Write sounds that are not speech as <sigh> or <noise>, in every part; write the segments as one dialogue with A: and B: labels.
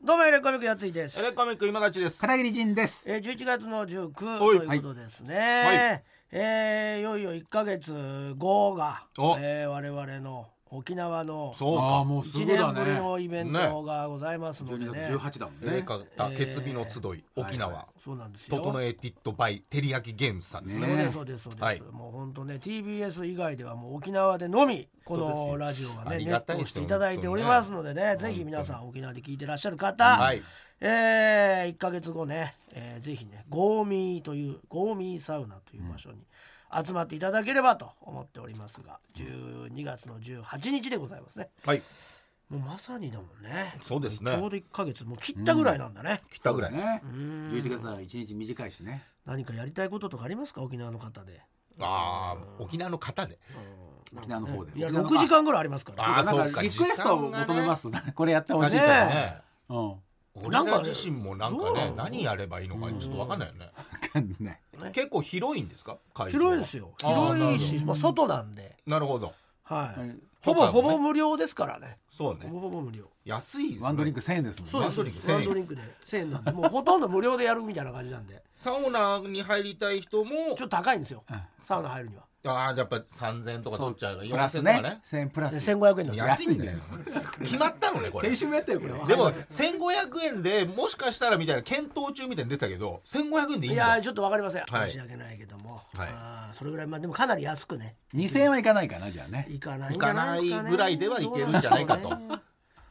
A: どうもエレコミックやついです
B: エ。レコミック今立ちです。
C: 片桐仁です。
A: えー、11月の19
B: おい
A: ということですね。
B: はい
A: えーいよいよ1ヶ月後が、
B: お
A: えー我々の沖縄の
B: そう
C: ああ、
B: か。
C: もうす
A: 1
C: ぐ
A: 年
C: だ
A: ぶり
C: ね。
A: のイベントがございますので
C: 12
A: ね。
C: 月18だもん
B: エレ
C: ね。
B: カタ決備の集い、沖縄、
A: そうなんですよ。
B: 整えティットバイテリヤキゲームズさんですね。
A: そう
C: ね
A: ですそうですそうです、
B: はい
A: もう本当ね TBS 以外ではもう沖縄でのみこ
B: そう
A: の
B: です
A: ラ
B: よ
A: ジオは
B: あ
A: ね
B: り
A: ネッ
B: が
A: ト
B: たい
A: を
B: で
A: し
B: す
A: て
B: よ
A: いただいておりますのでねぜひ皆さん沖縄で聞いてらっしゃる方、
B: はい
A: えー、1か月後ね、えー、ぜひねゴーミーというゴーミーサウナという場所に集まっていただければと思っておりますが12月の18日でございますね
B: はい。
A: もうまさにだもんね
B: そうですね
A: ちょうど1か月もう切ったぐらいなんだね、
B: 来たぐらい。
C: ね。11月は1日短いしね。
A: 何かやりたいこととかありますか沖縄の方で
B: ああ、沖縄の方で。
C: 沖縄の方で。
A: いや
C: 沖縄
A: 6
C: の
A: 時。間ぐらいありますから
B: あ
C: あ
B: あ、
C: な
B: そうんか。。
C: かリクエストを求めますす。これやってほしい
B: 確
C: と
B: か
C: か
B: に
C: ね。
B: ね。
C: うん。わ
B: 俺
A: なん
B: ら
A: かね
B: 自身もなん
A: ど
B: か
A: うな
B: ね
A: の
B: 何やればいいのかちょっとわかんないよね。
C: かんない。
B: 結構広いんですか？会場は
A: 広いですよ
B: あー
A: 広いし、まあ、外なんで、
B: なるほど。
A: はい
C: はい
A: ほぼ
B: 許可も
A: ほ
B: ね
A: ぼ無料ですからね
B: そう
A: ほ
B: ね。
A: ぼほぼ無料
B: 安いですね。
C: ワンドリンク。1000円ですもん
A: そう
C: ね。
A: です
B: ワ
A: ワ
B: ンドリンク
A: ンドリンクで1000円なんでもうほとんど無料でやるみたいな感じなん
B: <laughs>
A: で
B: サウナに入りたい人も
A: ちょっと高いんですよ
C: うん
A: サウナ入るには
B: ああやっぱ三千とか取っちゃうから
C: プラ
B: 四
C: ス
B: 千とか
C: ね
B: ね。。
C: 1000円プラ
A: で
C: ス。
A: 1500円なんですよ
B: 安いんだよ。決まったのねこれ。
C: 先週もやったよ、これ。
B: でも1500円でもしかしたらみたいな検討中みたいに出てたけど1500円でいい
A: い
B: ん
A: や
B: だ
A: ーちょっとわかりません、
B: はい
A: 申し訳ないけども、
B: はい
A: あーそれぐらいまあでもかなり安くね
C: 2000円はいかないかな、じゃあね。
A: いかない
B: 行
A: んじゃ
B: か
A: な
B: ないい
A: ですかね
B: ぐらいではいけるんじゃないか
A: ど
B: と
A: うなんでしょうね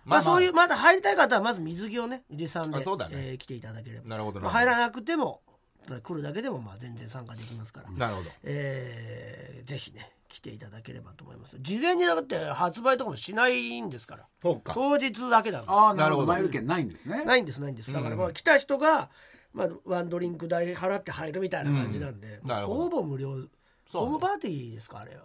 A: まあそういうまだ入りたい方はまず水着をね持参で、
B: あそうだね
A: えー来ていただければ
B: なるほど
A: まあ、
B: な
A: 入
B: るほど
A: らなくてもただ来るだけでもまあ全然参加できますから、
B: なるほど
A: えーぜひね来ていただければと思います事前にだって発売とかもしないんですから
B: そうか
A: 当日だけだから
C: ああ、なるほど。
B: な
C: マ
B: る
C: イ
B: ほど
C: ル券ないんですね。
A: ないんですないんですだからまあ来た人が、まあ、ワンドリンク代払って入るみたいな感じなんで、
B: うんなるほど
A: ほぼ無料
B: そう
A: ホームパーティーですかあれは。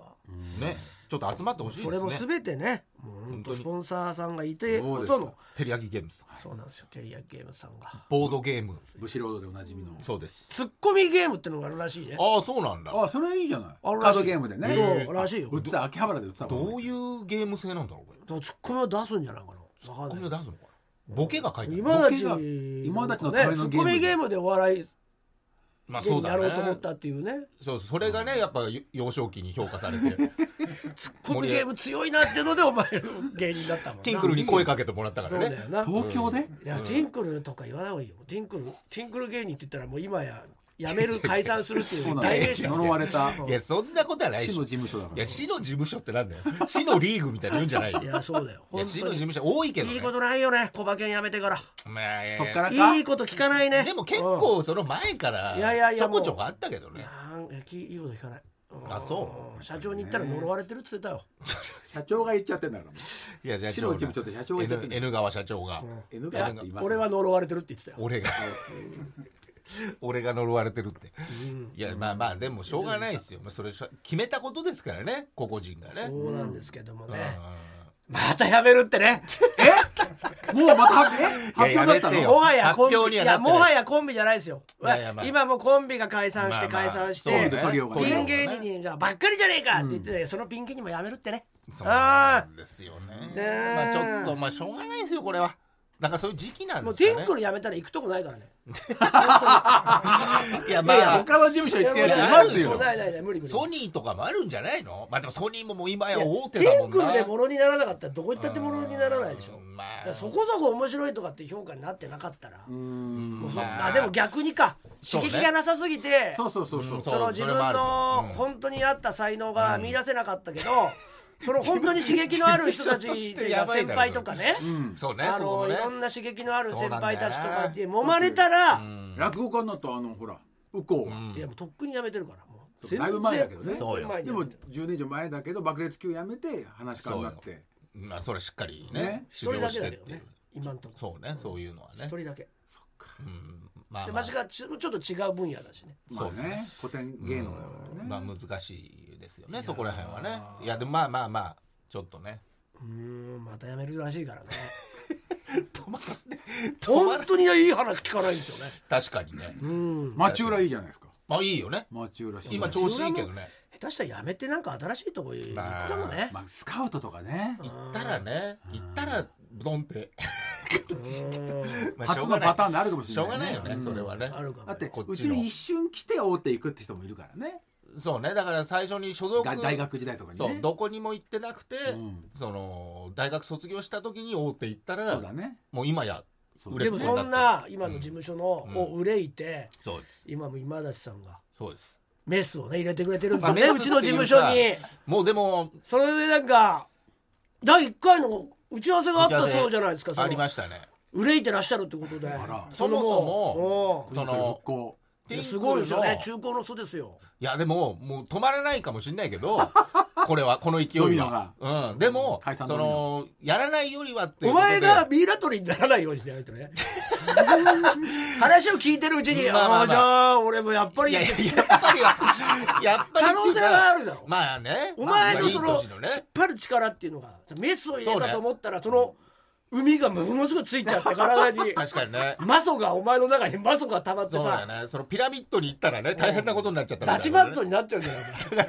B: ねちょっと集まってほしい
A: それも
B: ですすね
A: べてね、もう本
B: 本当
A: 当
B: に
A: スポンサーさんがいて
C: そう
A: こ
C: です
A: その、
B: テリヤキゲームズ
A: そうなんですよ、テリヤゲームズさんが。
B: ボードゲーム
C: ブシロードでおなじみの。
B: そうです
A: ツッコミゲームってのがあるらしいね。
B: ああそうなんだ
C: あ、それいいじゃない。カ
A: あるらし
C: ー
A: い
C: ドゲームでね。
A: そうらしいよ
C: 売ってた、秋葉原で売ってたもんね
B: どういうゲーム性なんだろうこれ
A: だからツッコミを出すんじゃないかな。わ
B: こ
A: か
B: れ
A: ん
B: 出
A: ない
B: すのかなボケが書いてある
A: 今た
C: ボ
A: ち
C: ケが今たちのための
A: ねツッコミゲームでお笑い
B: まあ
A: 芸
B: そう
A: 人や
B: だ
A: ろうと思っ
B: ね
A: たっていうね
B: そうそれがねやっぱ幼少期に評価さ
A: <laughs>
B: れて
A: ツッコミゲーム強いなってのでお前の芸人だったもんな
B: ティンクルに声かけてもらったか
A: そう
B: ら
A: だよ
B: ね
A: な
C: 東京で
A: いやティンクルとか言わない方がいいよティンクルティンクル芸人って言ったらもう今ややめる解散するってい
C: そう
A: う
C: なの
A: 代名詞だもん
C: 呪われた
B: いやそんなことはないでし
C: 市の
B: ょ
C: 事務所
B: い
C: だから
B: や市の事務所ってなんだよ市のリーグみたいな言うんじゃないよ
A: いやそうだよ
B: いや市の事
A: 本
B: 務所多いけ
A: 当
B: ど
A: に
B: ね
A: いいことないよね小馬券やめてから
B: まあいやいや
C: そっからか
A: いいこと聞かないね
B: でも結構その前か
A: いやいや
B: ら
A: い
B: ち
A: や
B: ょ
A: もう
B: こちょこあったけどね
A: なんいやきいいこと聞かないうん
B: あそ
A: 社長に言ったら呪われてるっつってたよ
C: 社長が言っちゃってんだからもう
B: いや社
C: 白の事務所って社長が言っちゃってん
B: N,
C: だ
B: N 川社長が、
C: N 川って言います
A: 俺は呪われてるって言ってたよ
B: 俺が俺が呪われてるって、いやまあまあでもしょうがないですよ、まあ、それしょ決めたことですからね個々人がね
A: そうなんですけどもね
B: う
A: またやめるってね
C: もうまた発
B: や
C: 表発
B: や
C: 表だった
B: めて
A: も
B: よ
C: の
A: はやコン
B: 発表
A: ビい
B: にはな
A: や
B: ってない
A: もはやコンビじゃないですよ
B: いやいやまあ
A: 今もうコンビが解散して
B: まあま
A: 解
B: あ
A: 散し
B: そうだ
A: て
B: ね
C: トリオがね
A: ピン芸人にばっかりじゃねえかって言ってたけどそのピン芸人もやめるってね
B: んそうな
A: あ
B: んですよね
A: ね
B: まあちょっとまあしょうがないですよこれはだからそういう時期な
A: あ
B: ん
A: も
B: で
A: う
B: す
A: テ
B: かね
A: ィンクルやめたら行くとこないからね
B: いや
C: い
B: ま
C: やいや
B: あ
C: 他の事務所行ってるやつい
B: や
C: ます
A: もう
C: よ
A: ないないない無理無理
B: ソニーとかもあるんじゃないのまあでもソニーももう今や
A: いや
B: 大手だ
A: テ
B: も
A: ン
B: ん
A: ク
B: な
A: ルでものにならなかったらどこ行ったってものにならないでしょ
B: うんま
A: だ
B: あ
A: からそこそこ面白いとかって評価になってなかったら、もうそ
B: まあ
A: あ、でも逆にか
B: そう
A: 刺
B: ね
A: 激がなさすぎてそ,、
C: そうそうそうそう
B: そう
A: の自分
B: それもある
A: の
B: うん
A: 本当にあった才能が見出せなかったけど、その本当に刺激のある人たち
B: 自分でやばい
A: 先
B: な
A: 輩とかね、
B: そうね
A: あ
B: そこも
A: のい
B: ね
A: ろんな刺激のある
B: そう
A: 先
B: なんだ
A: 輩
B: よな
A: たちとかって揉まれたら、
C: 落語家になったあのほら右近はい
A: やもうとっくにやめてるからもう
C: だいぶ前だけどね
A: 全然前に
C: でも10年以上前だけど爆裂級やめて話し家になって
B: まあそれはしっかりね
C: ね
A: 一
B: 修
A: 人
B: 行
A: だけ
B: し
A: だ
B: てっ
A: けど
B: ていう
A: ね今んとこ
B: そうねそういうのは
A: 一
B: ね
A: 人だけ
B: うんまあ
A: で
B: ま
A: マ
B: あ
A: ジがちちょっと違う分野だしね
C: まあね古典芸能だからね
B: まあ難しいですよねそこら辺はねいやでもまあまあまあちょっとね
A: うーんまたやめるらしい
B: <laughs>
A: からね
B: 止まらない
A: 本当にいい話聞かないんです
B: <laughs>
A: よね
B: 確かにね
A: うん
C: 町浦いいじゃないですか
B: まあいいよね
C: 町浦市
B: 今調子いいけどね
A: 下手したらやめてなんか新しいとこ行くかもね、
C: まあスカウトとかね
B: 行ったらね行ったらドンってまあしょ
C: 初
B: うが
C: の
B: ない
C: パターンになるかもし
B: し
C: れ
B: ょ
C: な
B: うが
C: い、
B: ないよね、
C: うん
B: それはね。
A: あるかも
C: だって
B: こっちの
C: うちに一瞬来て大手行くって人もいるからね
B: そうね、だから最初に所属
C: だ大学時代とかに
B: そう
C: ね
B: どこにも行ってなくて、
C: うん
B: その大学卒業した時に大手行ったら
C: そうだね
B: もう今や
C: そう
B: 売れ
A: で
B: っ
A: も
B: 子
A: そんな今の事務所の
B: うん
A: を憂いて
B: そうです
A: 今も今立さんが
B: そうです
A: メスをね入れてくれてるんです
B: ま
A: よね
B: あメ
A: う
B: ス
A: ちの事務所
B: っ
A: に
B: ていうもうでも
A: それでなんか第1回の打ち合わせがあったそうじゃないですかそ
B: あり
A: の
B: ましたね
A: 憂いてらっしゃるってことで
C: あら
A: の
B: そもそ
A: も
B: も
A: う
C: その復興
A: いやすごいですよね中高の祖ですよ
B: いやでももう止まらないかもしれないけ
A: <laughs>
B: どこれはこの勢
C: ドミ
B: い
C: ノ
B: は
C: が、
B: うん、でも
C: 解散
B: そ
C: ドミノ
B: のやらないよりはっていう
A: お
B: こと
A: 前
B: で
A: がミイラ取りにならないようにしない
B: <laughs>
A: とね話を聞いてるうちに、
B: まあまあまあ
A: あじゃあ俺もやっぱり
B: いやいややっぱりはやっぱり
A: 可能性はあるだろ
B: まあね
A: お前のそ
B: まあ
A: の
B: いい年
A: 引
B: の
A: っ
B: ね
A: 張る力っていうのがメスを入れ
B: そう
A: た
B: ね
A: と思ったらその海がものすごいついちゃって体に
B: 確かにね
A: マソがお前の中にマソが溜まって
B: そうだよ
A: さ
B: ねそのピラミッドに行ったらね大変なことになっちゃったみたい
A: ダチ
B: な
A: マッツ
B: <laughs>
A: ォになっちゃうんじゃない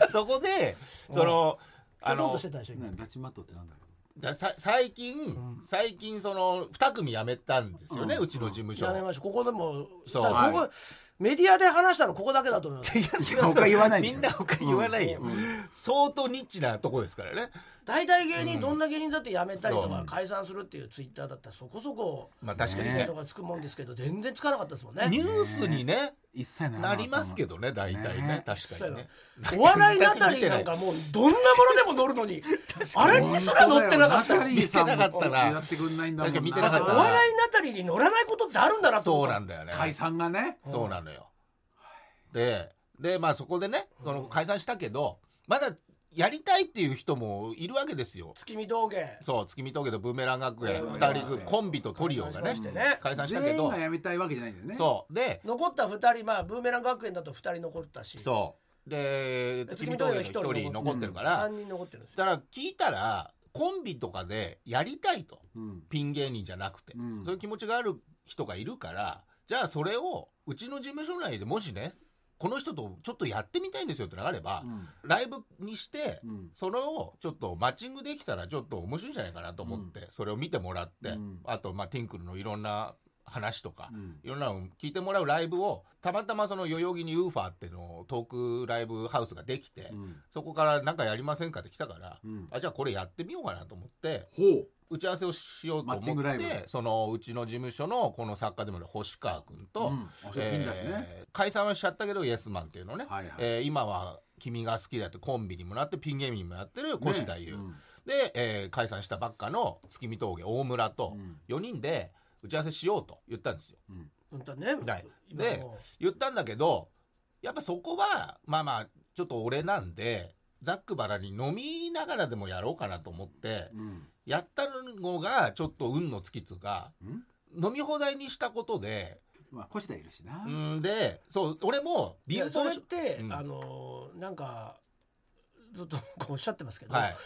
A: か
B: そこでそのあ
A: あの
B: の
A: してたでしょ今
C: ねダチマットってなんだろ
B: ださ最近、最近その2組辞めたんですよね、う
C: うん
B: ちの事務所、
A: やめましょうここでも
B: そう
A: だからここ、
C: はメ
A: メディアで話したのここだけだと思い
B: <laughs>
A: ます
C: う他言わないで
B: み
C: しょ
B: んな他言わないよ、
C: うん
B: 相当ニッチなとこですからね、
A: 大体芸人どんな芸人だって辞めたりと
B: そ
A: か
B: う
A: 解散するっていうツイッターだったらそこそこ
B: まあ、確かにね
A: とかつくもんですけど全然つかなかったですもん
B: ニ
A: ね
B: ュースにね
C: 一切ならなか
B: な
C: った
B: りますけどね大体ね
C: ね
B: 確かにね
A: お笑いなたりなんかもうどんなものでも乗るのにあれにすら乗ってなかった
C: ナタリーさんも
B: 見てなかったな
C: やってくんないんだも
B: 確
C: ん
B: かに見て
A: だ
B: な
A: って
B: か
A: お
B: ったな
A: 笑いなたりに乗らないことってあるんだなと
B: そ
A: 思
B: う
A: った
B: なんだよね
C: 解散がね
B: そうなのよででまあそこでねその解散したけどまだやりたいっていう人もいるわけですよ
A: 月見峠
B: そう月見峠とブーメラン学園
A: うん
B: 2人組コンビとトリオが
A: 解
B: ね
A: 散しましてね
B: 解散したけ
C: 全員
B: ど
C: が辞めたいわけじゃないんだよね
B: そうで
A: 残った2人まあブーメラン学園だと2人残ったし
B: そうで
A: 月
B: 月見
A: 見
B: 峠
A: 峠
B: の
A: の
B: 1
A: 一人
B: 人残ってるか
A: 3
B: ら、
A: 人残ってるんですよ
B: だから聞いたらコンビとかでやりたいと
C: うん
B: ピン芸人じゃなくて、
C: うん
B: そういう気持ちがある人がいるからじゃあそれをうちの事務所内でもしねこの人とちょっとやってみたいんですよってのがあれば、
C: うん
B: ライブにして、
C: うん
B: それをちょっとマッチングできたらちょっと面白いんじゃないかなと思って、それを見てもらって、
C: うん
B: あと、まあ、ティンクルのいろんな話とか、
C: うん
B: いろんなの聞いてもらうライブをたまたまその代々木にウーファーっていうのをトークライブハウスができて、
C: うん
B: そこからなんかやりませんかって来たから、
C: うん
B: あじゃあこれやってみようかなと思って
C: ほ
B: 打ち合わせをしようと
C: マッチン
B: 思
C: グラ
B: っ
C: イブ
B: てそのうちの事務所のこの作家でもある星川君
C: う
B: と、
C: うんあそれいいんだしね
B: えー解散はしちゃったけどイエスマンっていうのね、
C: はいはい
B: えー今は君が好きだってコンビにもなってピン芸人にもやってる越田優、
C: ね
B: で、えー解散したばっかの月見峠大村と
C: うん
B: 4人で打ち合わせしようと言ったんですよ
C: うん
A: 本当はね
B: はい
A: 今
B: で
A: も
B: 言ったんだけどやっぱそこはまあまあちょっと俺なんでざっくばらに飲みながらでもやろうかなと思って
C: うん
B: やったのがちょっと運の尽きつうか
C: うん
B: 飲み放題にしたことで
C: まあ越田いるしな
B: うんでそう俺も
A: い
B: 貧
A: やそれっ
B: 乏
A: て、
B: うん
A: あのーなんかずっとこうおっしゃってますけど、
B: はい、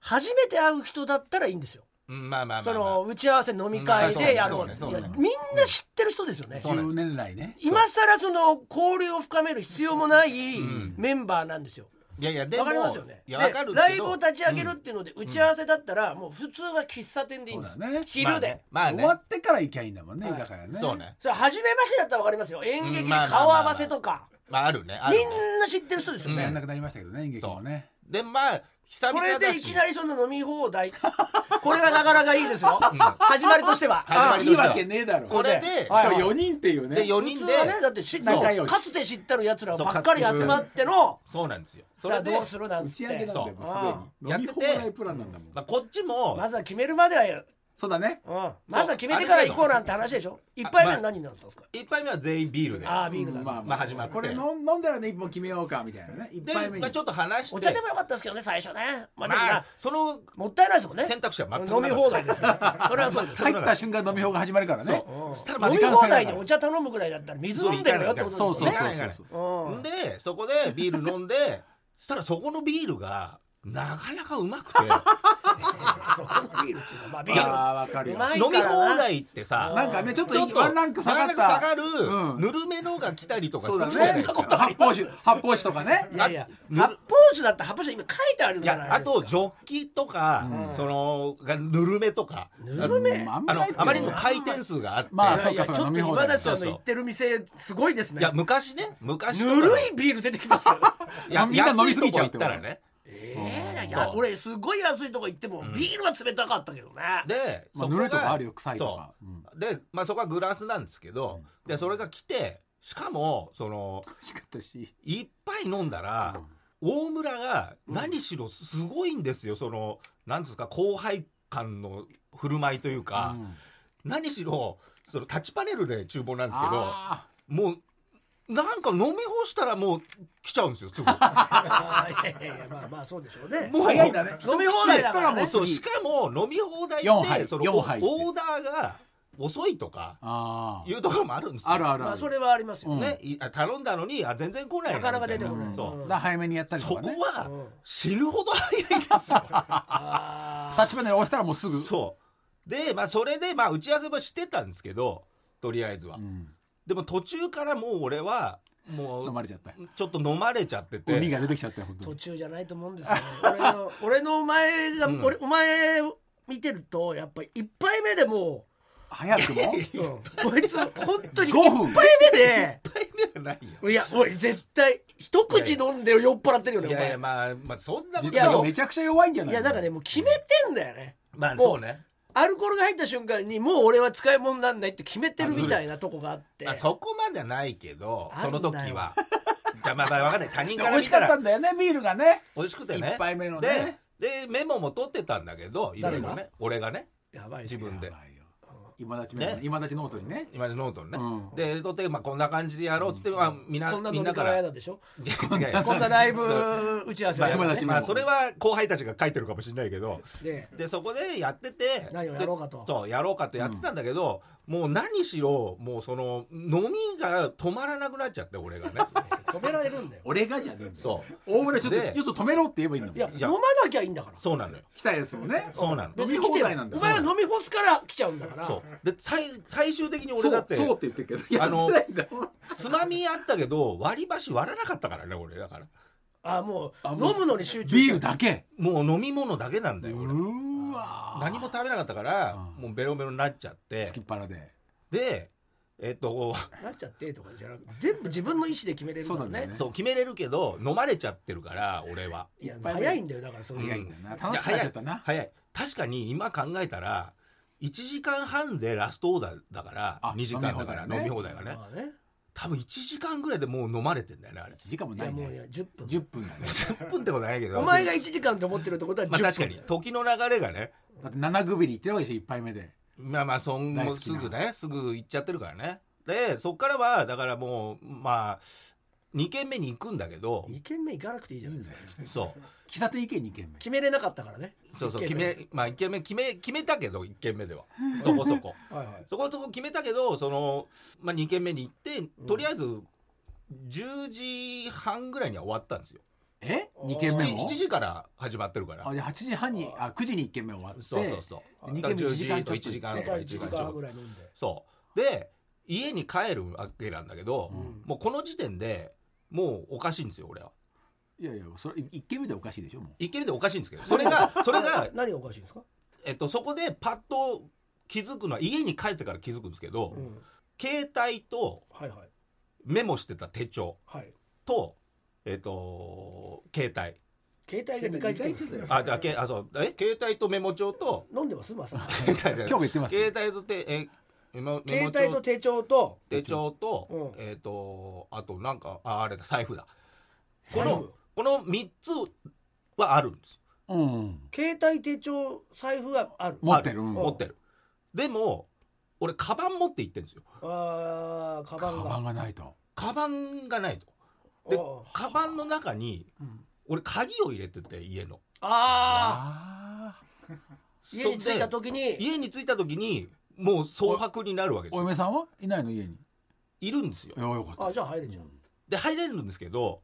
A: 初めて会う人だったらいいんですよ、
B: うん、まあまあま
A: そ
B: あ、まあ、
A: の打ち合わせ飲み会でやる
B: ま
A: と、
B: あ
A: い
B: そうねそうね
A: や
B: そうね
A: みんな知ってる人ですよね、
B: そうなんです
C: 10年来ね
A: 今更その交流を深める必要もない
B: ん
A: メンバーなんですよ。
B: いやいやで
A: わ
B: も
A: かりますよね。
B: いやわかる
A: でライブを立ち上げ
B: う
A: るっ
B: ん
A: ていうので、打ち合わせだったらもう普通は喫茶店でいいんです
C: そうだね
A: 昼で。
B: まあね,、
C: 終わってから行きゃいいんだもんね
A: はい
C: 居酒屋ね
B: そうね
A: それ初めましてだったらわかりますよ。演劇
B: うん
A: で
B: まあまあ
A: 顔合わせとか、
B: まああるねある
A: み
B: ね
A: んな知ってる人ですよ
C: やん
A: ね。
C: なくなりましたけどね演劇もね
B: でまあ久
A: そ
B: 々だし
A: れでいきなりその飲み放題。これがなかなかいいです
B: <laughs>
A: よ。始まりとしては。
B: 始ま
C: あ
B: りと
C: い
B: し
C: い
B: ては
C: わけねえだろ
B: これで
C: しかも4人っていう
B: で
C: ね
B: 4人
A: 普
B: で
A: 通はね、だってし
C: 仲良し
A: かつて知ってる奴らばっかり集まっての、
B: そうなんですよそ
A: さ
B: れ
A: あ
B: で
A: どうするなん
C: 打
A: つっ
C: ち上げな
A: て
C: ん。だよもうすで
B: そう
C: に飲み放題プランなんだもん
B: まあ、こっちも、
A: まずは決めるまではや
C: そうだね
A: うん、まずは決めてから行こうなんて話でしょ一杯目は何になったんですか
B: 一杯目は全員ビールで
A: ああビールだ、
C: うん
B: まあ始まって
C: これ飲ん飲んだらね一本決めようかみたいなね一
B: で、
C: 杯目に
B: まあ、ちょっと話して
A: お茶でもよかったですけどね最初ねまあ
B: ま
A: でもな
B: あ、その
A: もったいないですもんね
B: 選択肢は全く
A: 飲み放題ですすよそれはそうです
C: 入った瞬間飲み放が始まるからね
A: うん
B: そしたらまあ
A: 飲み放題でお茶頼むぐらいだったら水飲んでるよってこと
C: そう
A: です
C: そ
A: よ
C: う
A: ね
C: そうそうそう
A: うん <laughs>
B: でそこでビール飲んでそしたらそこのビールがなかなかうまく
A: <laughs>
B: て
A: そこのビールっていうのはまあビール
C: ああわかるよ
A: うまい
B: 飲み放題ってさ
C: なんかねちょっ
B: ちょっ
C: と
B: と
C: ワンランク下が
B: ワ
C: っ
B: ンラン
C: た
B: ク下がる、
C: うん
B: ぬるめのが来たりとか
C: そうだ
B: するじゃない
C: ね
B: ですか
C: 発泡酒発泡酒とかね
A: いやいや
B: ぬ
A: 発泡酒だって発泡酒今書いてある
B: い
A: じゃない
B: やあとジョッキとか、
A: うん
B: そのがぬるめとか
A: ぬるめ
C: うんあん
B: あ
C: ま
B: の
C: ないけど
B: あまりにも回転数があって、
C: まあ
A: いやいや
C: そうかそ
A: ちょ
C: うか
A: っと
C: 飲み放
A: 今
C: 題
A: 田さんの言ってる店すごいです
B: い
A: ね
B: や昔ね昔
A: ぬ
B: とか
A: るいビール出てきますよ
B: いや
C: みんな飲み
B: 安い
C: 過ぎちゃうっ
B: とこ行
C: てこと
B: ったらね
A: ええい
B: そ
A: や
B: う
A: 俺すごい安いとこ行ってもビールは冷たかったけどね
B: で、そ
C: まあ
B: こ
C: ぬ
B: が
C: るいとこあるよ臭いとか
B: そう
C: うん
B: で、まあ、そこはグラスなんですけど、でそれが来てしかもその
C: 美味しかったし
B: いっぱい飲んだら、大村が何しろすごいんですよ、そのなんですか後輩感の振る舞いというか、
C: うん
B: 何しろそのタッチパネルで厨房なんですけど
C: あ
B: もうなんか飲み干したらもう来ちゃうんですよすぐ
A: あーいやいやいやまあまあそうでしょうね
B: もう
C: 早いんだね
A: 飲み放題だから
B: もう
A: ね
B: そうしかも飲み放題
C: 四
B: で
C: 杯
B: その
C: 四
B: オ
C: 杯
B: ーダーが遅いとか
C: ーあ
B: いうところもあるんですよ
C: あるある
A: ま
C: あ
A: あ
C: る
A: それはありますよ
C: うん
A: ね
B: ね、いあ頼んだのにあ全然来ない
A: なかなか出て
B: み
A: こ
B: たい
A: ない
B: そう、
A: うん
C: だ早めにやったり
B: そ
C: と
B: こ
C: かね
B: は
A: うん
B: 死ぬほど早いですよ
A: あ
C: タッチパネル押したらもうすぐ
B: そうでまあそれでまあ打ち合わせもしてたんですけどとりあえずは、
C: うん
B: でも途中からもう俺はも
C: 飲ま
B: う
C: れちゃった
B: ちょっと飲まれちゃってて
C: 海が出てきちゃったよ本
A: ー
C: 当
A: 途
C: に
A: 中じゃないと思うんですよね俺
B: <laughs>
A: の俺のお前が
B: うん
A: 俺お前見てるとやっぱり一杯目でも
C: 早くも
A: ううんこいつ本当に一
C: 5分
A: 杯目で
B: いっぱいではないよ
A: いや俺絶対一口飲んで酔っ払ってるよねお
B: いやい
A: 前
B: やまあまあそんなこと
C: 実
A: いや
C: は
A: よ
B: よ
C: めちゃくちゃ弱いんじゃない
A: いやなんかねもう決めてんだよね
B: まあ
A: もう
B: そうね
A: アルコールが入った瞬間にもう俺は使い物になんないって決めてるみたいなとこがあって
B: まあそこまではないけど
A: あ
B: そ
A: る
B: の
A: んだよ
B: 時はじゃあまあまあわかんない他人
C: で
B: から
C: 美
B: 見
C: 味しか
B: た
C: った
B: ら
C: んだよねビールがね
B: 美味しくてね
C: 一杯目のね
B: ででメモも取ってたんだけどいろいろ
A: 誰
B: ね俺がね
A: やばいっす
B: 自
A: ね
B: 分で
C: やばいよ今立ちメモ
B: ね
C: 今立ちノートにね
B: 今のノートにね、
C: うん
B: で取って、まあ、こんな感じでやろうっつって、まあ、みんな
A: こんな
B: み
A: 飲み
B: んなか
A: 会は
B: ら
A: 嫌
B: 違う
A: だでしょ
B: <laughs> 違う
A: <laughs> こんなライブ打ち合わせ
B: <laughs> ま
A: は
B: あ
A: 嫌だ
C: 友
A: ね
C: 達
B: まあそれは後輩たちが書いてるかもしれないけど
A: で
B: でそこでやってて
A: 何をやろうかと
B: でそうやろうかとやってたんだけど、もう何しろもうその飲みが止まらなくなっちゃって俺
A: <laughs>
B: がね
A: 止められるんだよ
C: 俺がじゃねえんだよ
B: そう
C: 大村ちょっと
B: で
C: ちょっと止めろって言えばいいんだもん
A: いや
B: <laughs> いや
A: 飲まなきゃいいんだから
B: そうなのよ
C: 来たやつもね
B: そうなの
A: 別に
C: 飲み放題なんだ
A: 来てよお前は飲み干すから来ちゃうんだから
B: そうで最最終的に
C: そ
B: 俺だっ
C: う
B: て
C: そうって言ってるけどや
B: あ
C: って
B: の
C: ないんだもん
B: つまみあったけど割り箸割らなかったからね俺だから
A: あもう
C: あもう
A: 飲むのに集中
C: ビールだけ
B: もう飲み物だけなんだよ俺
C: うわ
B: 何も食べなかったから
C: うん
B: もうベロベロになっちゃっ
C: ー
B: て
C: すきっ腹で
B: でえっと <laughs>
A: なっちゃってとかじゃなくて全部自分の意思で決めれるから
C: そうなんだ
A: ね
C: よね
B: そう決めれるけど飲まれちゃってるから俺はい
A: や
C: いっぱいね
A: 早いんだよだからその
B: うん
C: 早いんだよな楽しくなっちゃったな
B: 早い確かに今考えたら1時間半でラストオーダーだから
C: あ
B: 2時間だから飲
C: 飲
B: み
C: み
B: 放
C: 放
B: 題がね
A: まあね
B: 多分1時間ぐらいでもう飲まれてんだよね
C: <laughs>
B: あれ
C: 1時間も
A: い
C: な
A: や
C: い
A: もうい
C: ね
A: や10分
C: 10分だね
B: 10分ってことないけど
A: お前が1時間と思ってるってことは10
B: まあ
A: 分
B: 確かに時の流れがね
C: だって7グビリ行ってるわけでしょ1杯目で
B: まあまあそん
C: 大
B: も
C: 好
B: う
C: き
B: す
C: な
B: ぐねすぐ行っちゃってるからねでそっからはだからもうまあ2軒目に行くんだけど
A: 2軒目行かなくていいじゃ
C: いい
A: ない
C: ん
A: です
C: だ
A: か
C: よ
B: そ
C: 喫茶店行け2軒目
A: 決めれなかったからね
B: うそうそう
A: 一
B: 決
A: 軒目
B: めまあ1軒目決め決めたけど1軒目ではそこそこ
A: はいはい
B: そこそこ決めたけどその、まあ、2軒目に行ってとりあえず10時半ぐらいには終わったんですよ
C: え二2軒目
B: 7
C: も
B: 時から始まってるから
C: あじゃあ8時半にあ9時に1軒目終わって
B: そうそうそう
C: 2軒目1時間ちょっと行って
B: 1時間
A: 大
B: とか
A: 体
B: 1
A: 1
B: 時
A: 時
B: 間
A: 間
B: ちょっ
A: ぐ
B: と
A: らい飲んで
B: そうで家に帰るわけなんだけど、
A: うん
B: もうこの時点でもうおかしいんですよ俺はい
C: やいやそれ1軒目でおかしいでしょもう
B: 一軒目でおかしいんですけどそれがそれが、
A: 何がおかしいんですか、
B: えっと、そこでパッと気づくのは家に帰ってから気づくんですけど、
A: うん、
B: 携帯と
A: はいはい
B: メモしてた手帳
A: はい
B: とえっと携帯
A: 携帯が2回来てますね
B: あ、じゃあ、け、あ、そう、え、携帯とメモ帳と。
A: 飲んでますまさか
B: <laughs> 携帯
C: 今日も言ってます
B: 携帯とて、え、メモ
A: 携
B: メモ
A: 帯と
B: 帳。
A: 手帳と
B: 手帳と、
A: うん
B: えっ、と、あと、なんか、あ、あれだ、財布だ。こ
A: 財
B: の
A: 布、
B: この三つはあるんです。
C: うん
A: 携帯手帳財布はある
C: 持ってるうん
B: 持ってる。でも、俺、カバン持って行ってんですよ。
A: あーカ
C: カ
A: バンが
C: バンがないと
B: カバンがないと。で
A: おう、
B: カバンの中に、俺、鍵を入れてて、家の。
A: ああ
C: ああ
A: 家に着いた
B: そん
A: 時に
B: で家に着いた時に、もう蒼白になるわけで
C: お
B: すよ。
C: 嫁さんはいないの家に
B: いるんですよ
C: い。やよかった
A: あじゃあ入れちゃう、
B: で入れるんですけど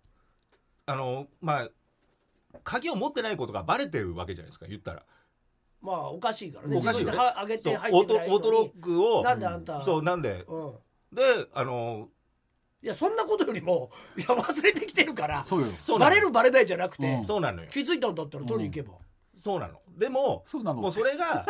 B: あのまあ鍵を持ってないことがバレてるわけじゃないですか言ったら
A: まあおかしいからね
B: おかしいよ
A: 自分
B: ね
A: では上げ
B: そ
A: て
B: う
A: 入
B: オ
A: って
B: ート
A: ない
B: オートロックを
A: なんであんた
B: そうなんで
A: うん、
B: であの
A: いやそんなことよりも <laughs> いや忘れてきてるから
C: そうよ
B: そうな
A: バ
B: の
A: レるバレないじゃなくて、
C: うん
B: そうなのよ
A: 気づいたんだったら取りに行けば、
B: そうなのでも
C: そうなの
B: もうそ
A: <laughs>
B: れが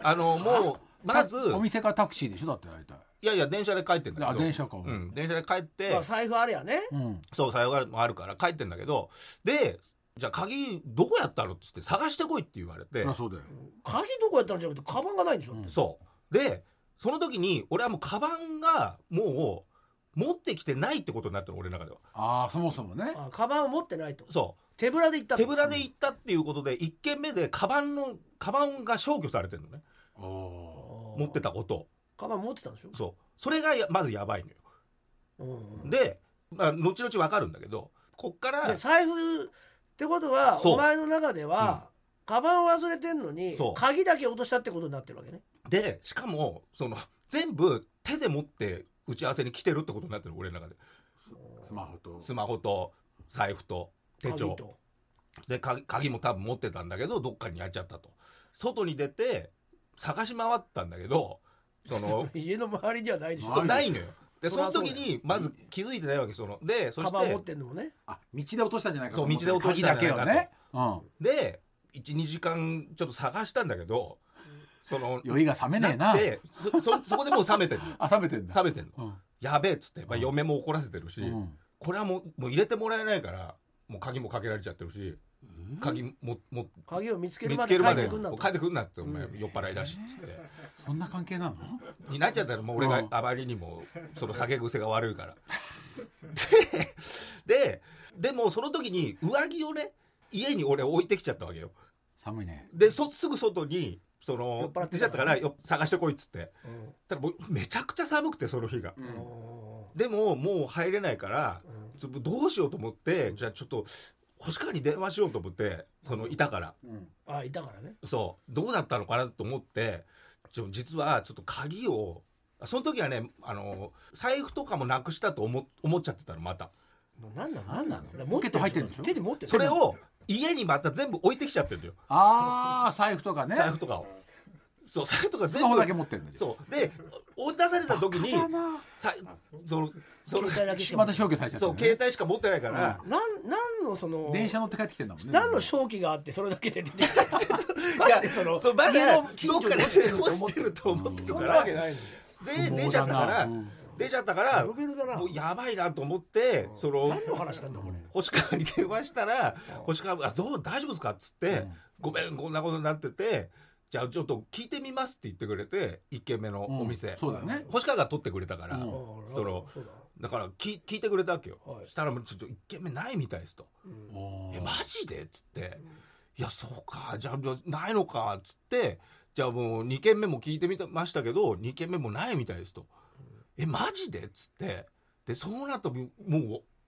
B: あのもうまず
C: お店からタクシーでしょだって大体
B: いやいや電車で帰ってんだけど
C: あ電車か
B: うん、電車で帰って、
A: まあ、財布あれやね
C: うん
B: そうさよがもあるから帰ってんだけどでじゃあ鍵どこやったのっつって探してこいって言われて
C: まあそうだよ
A: 鍵どこやったんじゃなくてカバンがないんでしょ、
C: うん
B: そうでその時に俺はもうカバンがもう持ってきてないってことになってる俺の中では
C: ああそもそもね
A: あカバンを持ってないと
B: そ
A: 手ぶらで行った
B: う
A: の
B: 手ぶらで行ったっていうことで一軒目でカバンのカバンが消去されてるのね
C: おお
B: 持ってたことを
A: カバン持ってたんでしょ
B: そうそれがやまずやばいのよ
A: う、ん、で
B: で、まあ、後々わかるんだけどこっから
A: 財布ってことは
B: そう
A: お前の中では、カバン忘れてんのに
B: そう
A: 鍵だけ落としたってことになってるわけね
B: でしかもその全部手で持って打ち合わせに来てるってことになってる俺の中で
C: スマホと
B: スマホと財布と手帳
A: 鍵と <laughs>
B: で鍵鍵も多分持ってたんだけどどっかにやっちゃったと外に出て探し回ったんだけど
A: <laughs>
B: その
A: 家の周りにはないでし
C: 周
A: ょ
C: り
B: ないのよで
A: そ
B: そ
A: りゃ
B: の
A: そうだ
B: 時
A: よ
B: にまず気づいてないわけそのでそ
A: カバン持
B: し
A: っててんのもね
C: あ道で落としたんじゃないかと
B: そう
C: 思って
B: 道で落としたんじゃないかと
C: 鍵だけをね
B: で12時間ちょっと探したんだけどその
C: うん酔いが冷めねえな
B: でそ <laughs> そそこでもう冷めてるのよ
C: あ冷めてんだ
B: 冷めてるの
C: うん
B: やべえっつって、まあ、
C: うん
B: 嫁も怒らせてるし、
C: うん
B: これはもうもう入れてもらえないからもう鍵もかけられちゃってるし鍵もも
A: 鍵を見つける
B: 見
A: ま
B: つ
A: で
B: け
A: 帰
B: る
A: っ
B: ま
A: て
B: で
A: くんなと
B: 帰ってくんなってお前
A: うん
B: 酔っ払いだしっつって
C: そんな関係なの
B: になっちゃったらもう俺
C: う
B: が
C: ん
B: あまりにもその酒癖が悪いから。でででもその時に上着をね家に俺置いてきちゃったわけよ。
C: 寒いね
B: でそすぐ外にそ
A: 酔っ
B: の
A: 払ってたからね
B: 出ちゃったからよ探してこいっつって
A: うん
B: ただもうめちゃくちゃ寒くてその日が。
A: うん
B: でももう入れないから
A: うん
B: つどうしようと思ってじゃあちょっと星川に電話しようと思ってそのいたから
C: うん
A: あいたからね
B: そうどうだったのかなと思ってちょ実はちょっと鍵をあその時はねあの財布とかもなくしたと思思っちゃってたのまた
A: もう何なの
C: 何なの
A: だから
C: ポケット入ってるんでしょ
A: 手で持ってる
B: それを家にまた全部置いてきちゃってるのよ
C: ああ財布とかね
B: 財布とかをそう財布とか
C: ス
B: 全
C: マホだけ
B: 部
C: 持ってるんだよ
B: そうで追い出された時に
C: バカだな
B: さそのその
A: 携帯だけしか
C: ま
A: 持
C: た
A: ってない
C: 消去されちゃった
B: そ
C: よ
B: う
C: ね
B: 携帯しか持ってないから、
A: なんなんのその
C: 電車乗って帰ってきてんだもんね
A: 何の正気があってそれだけで出てきた <laughs>
B: い
A: だっ
B: や
A: てその
B: そうまだ
A: 家
B: ど
A: の
B: っ
A: 近所に
B: かで
A: 落ちてると思
B: 落
A: ってる
B: ちてると思ってる
A: そ
B: か
A: んなわ
B: ら
A: けないの
B: で出ちゃったから
C: うん
B: 出ちゃったから
A: ボロベルだな
B: もうやばいなと思ってその
A: 何の話なんだこれ
B: 星川に電話したら星川あどう大丈夫ですかっつって、
C: うん
B: ごめんこんなことになっててじゃあちょっと聞いてみますって言ってくれて1軒目のお店、
C: うんそうだね
B: 星川が取ってくれたから、
C: うん
B: その
A: そうだ
B: だから聞聞いてくれたわけよ、
A: はい
B: したらもうちょっと1軒目ないみたいですと
A: うん
C: お
B: 「
C: ー
B: えマジで?」っつって「いやそうかじゃあじゃあないのか」っつって「じゃあもう2軒目も聞いてみたましたけど2軒目もないみたいです」と「えマジで?」っつってでそうなったらも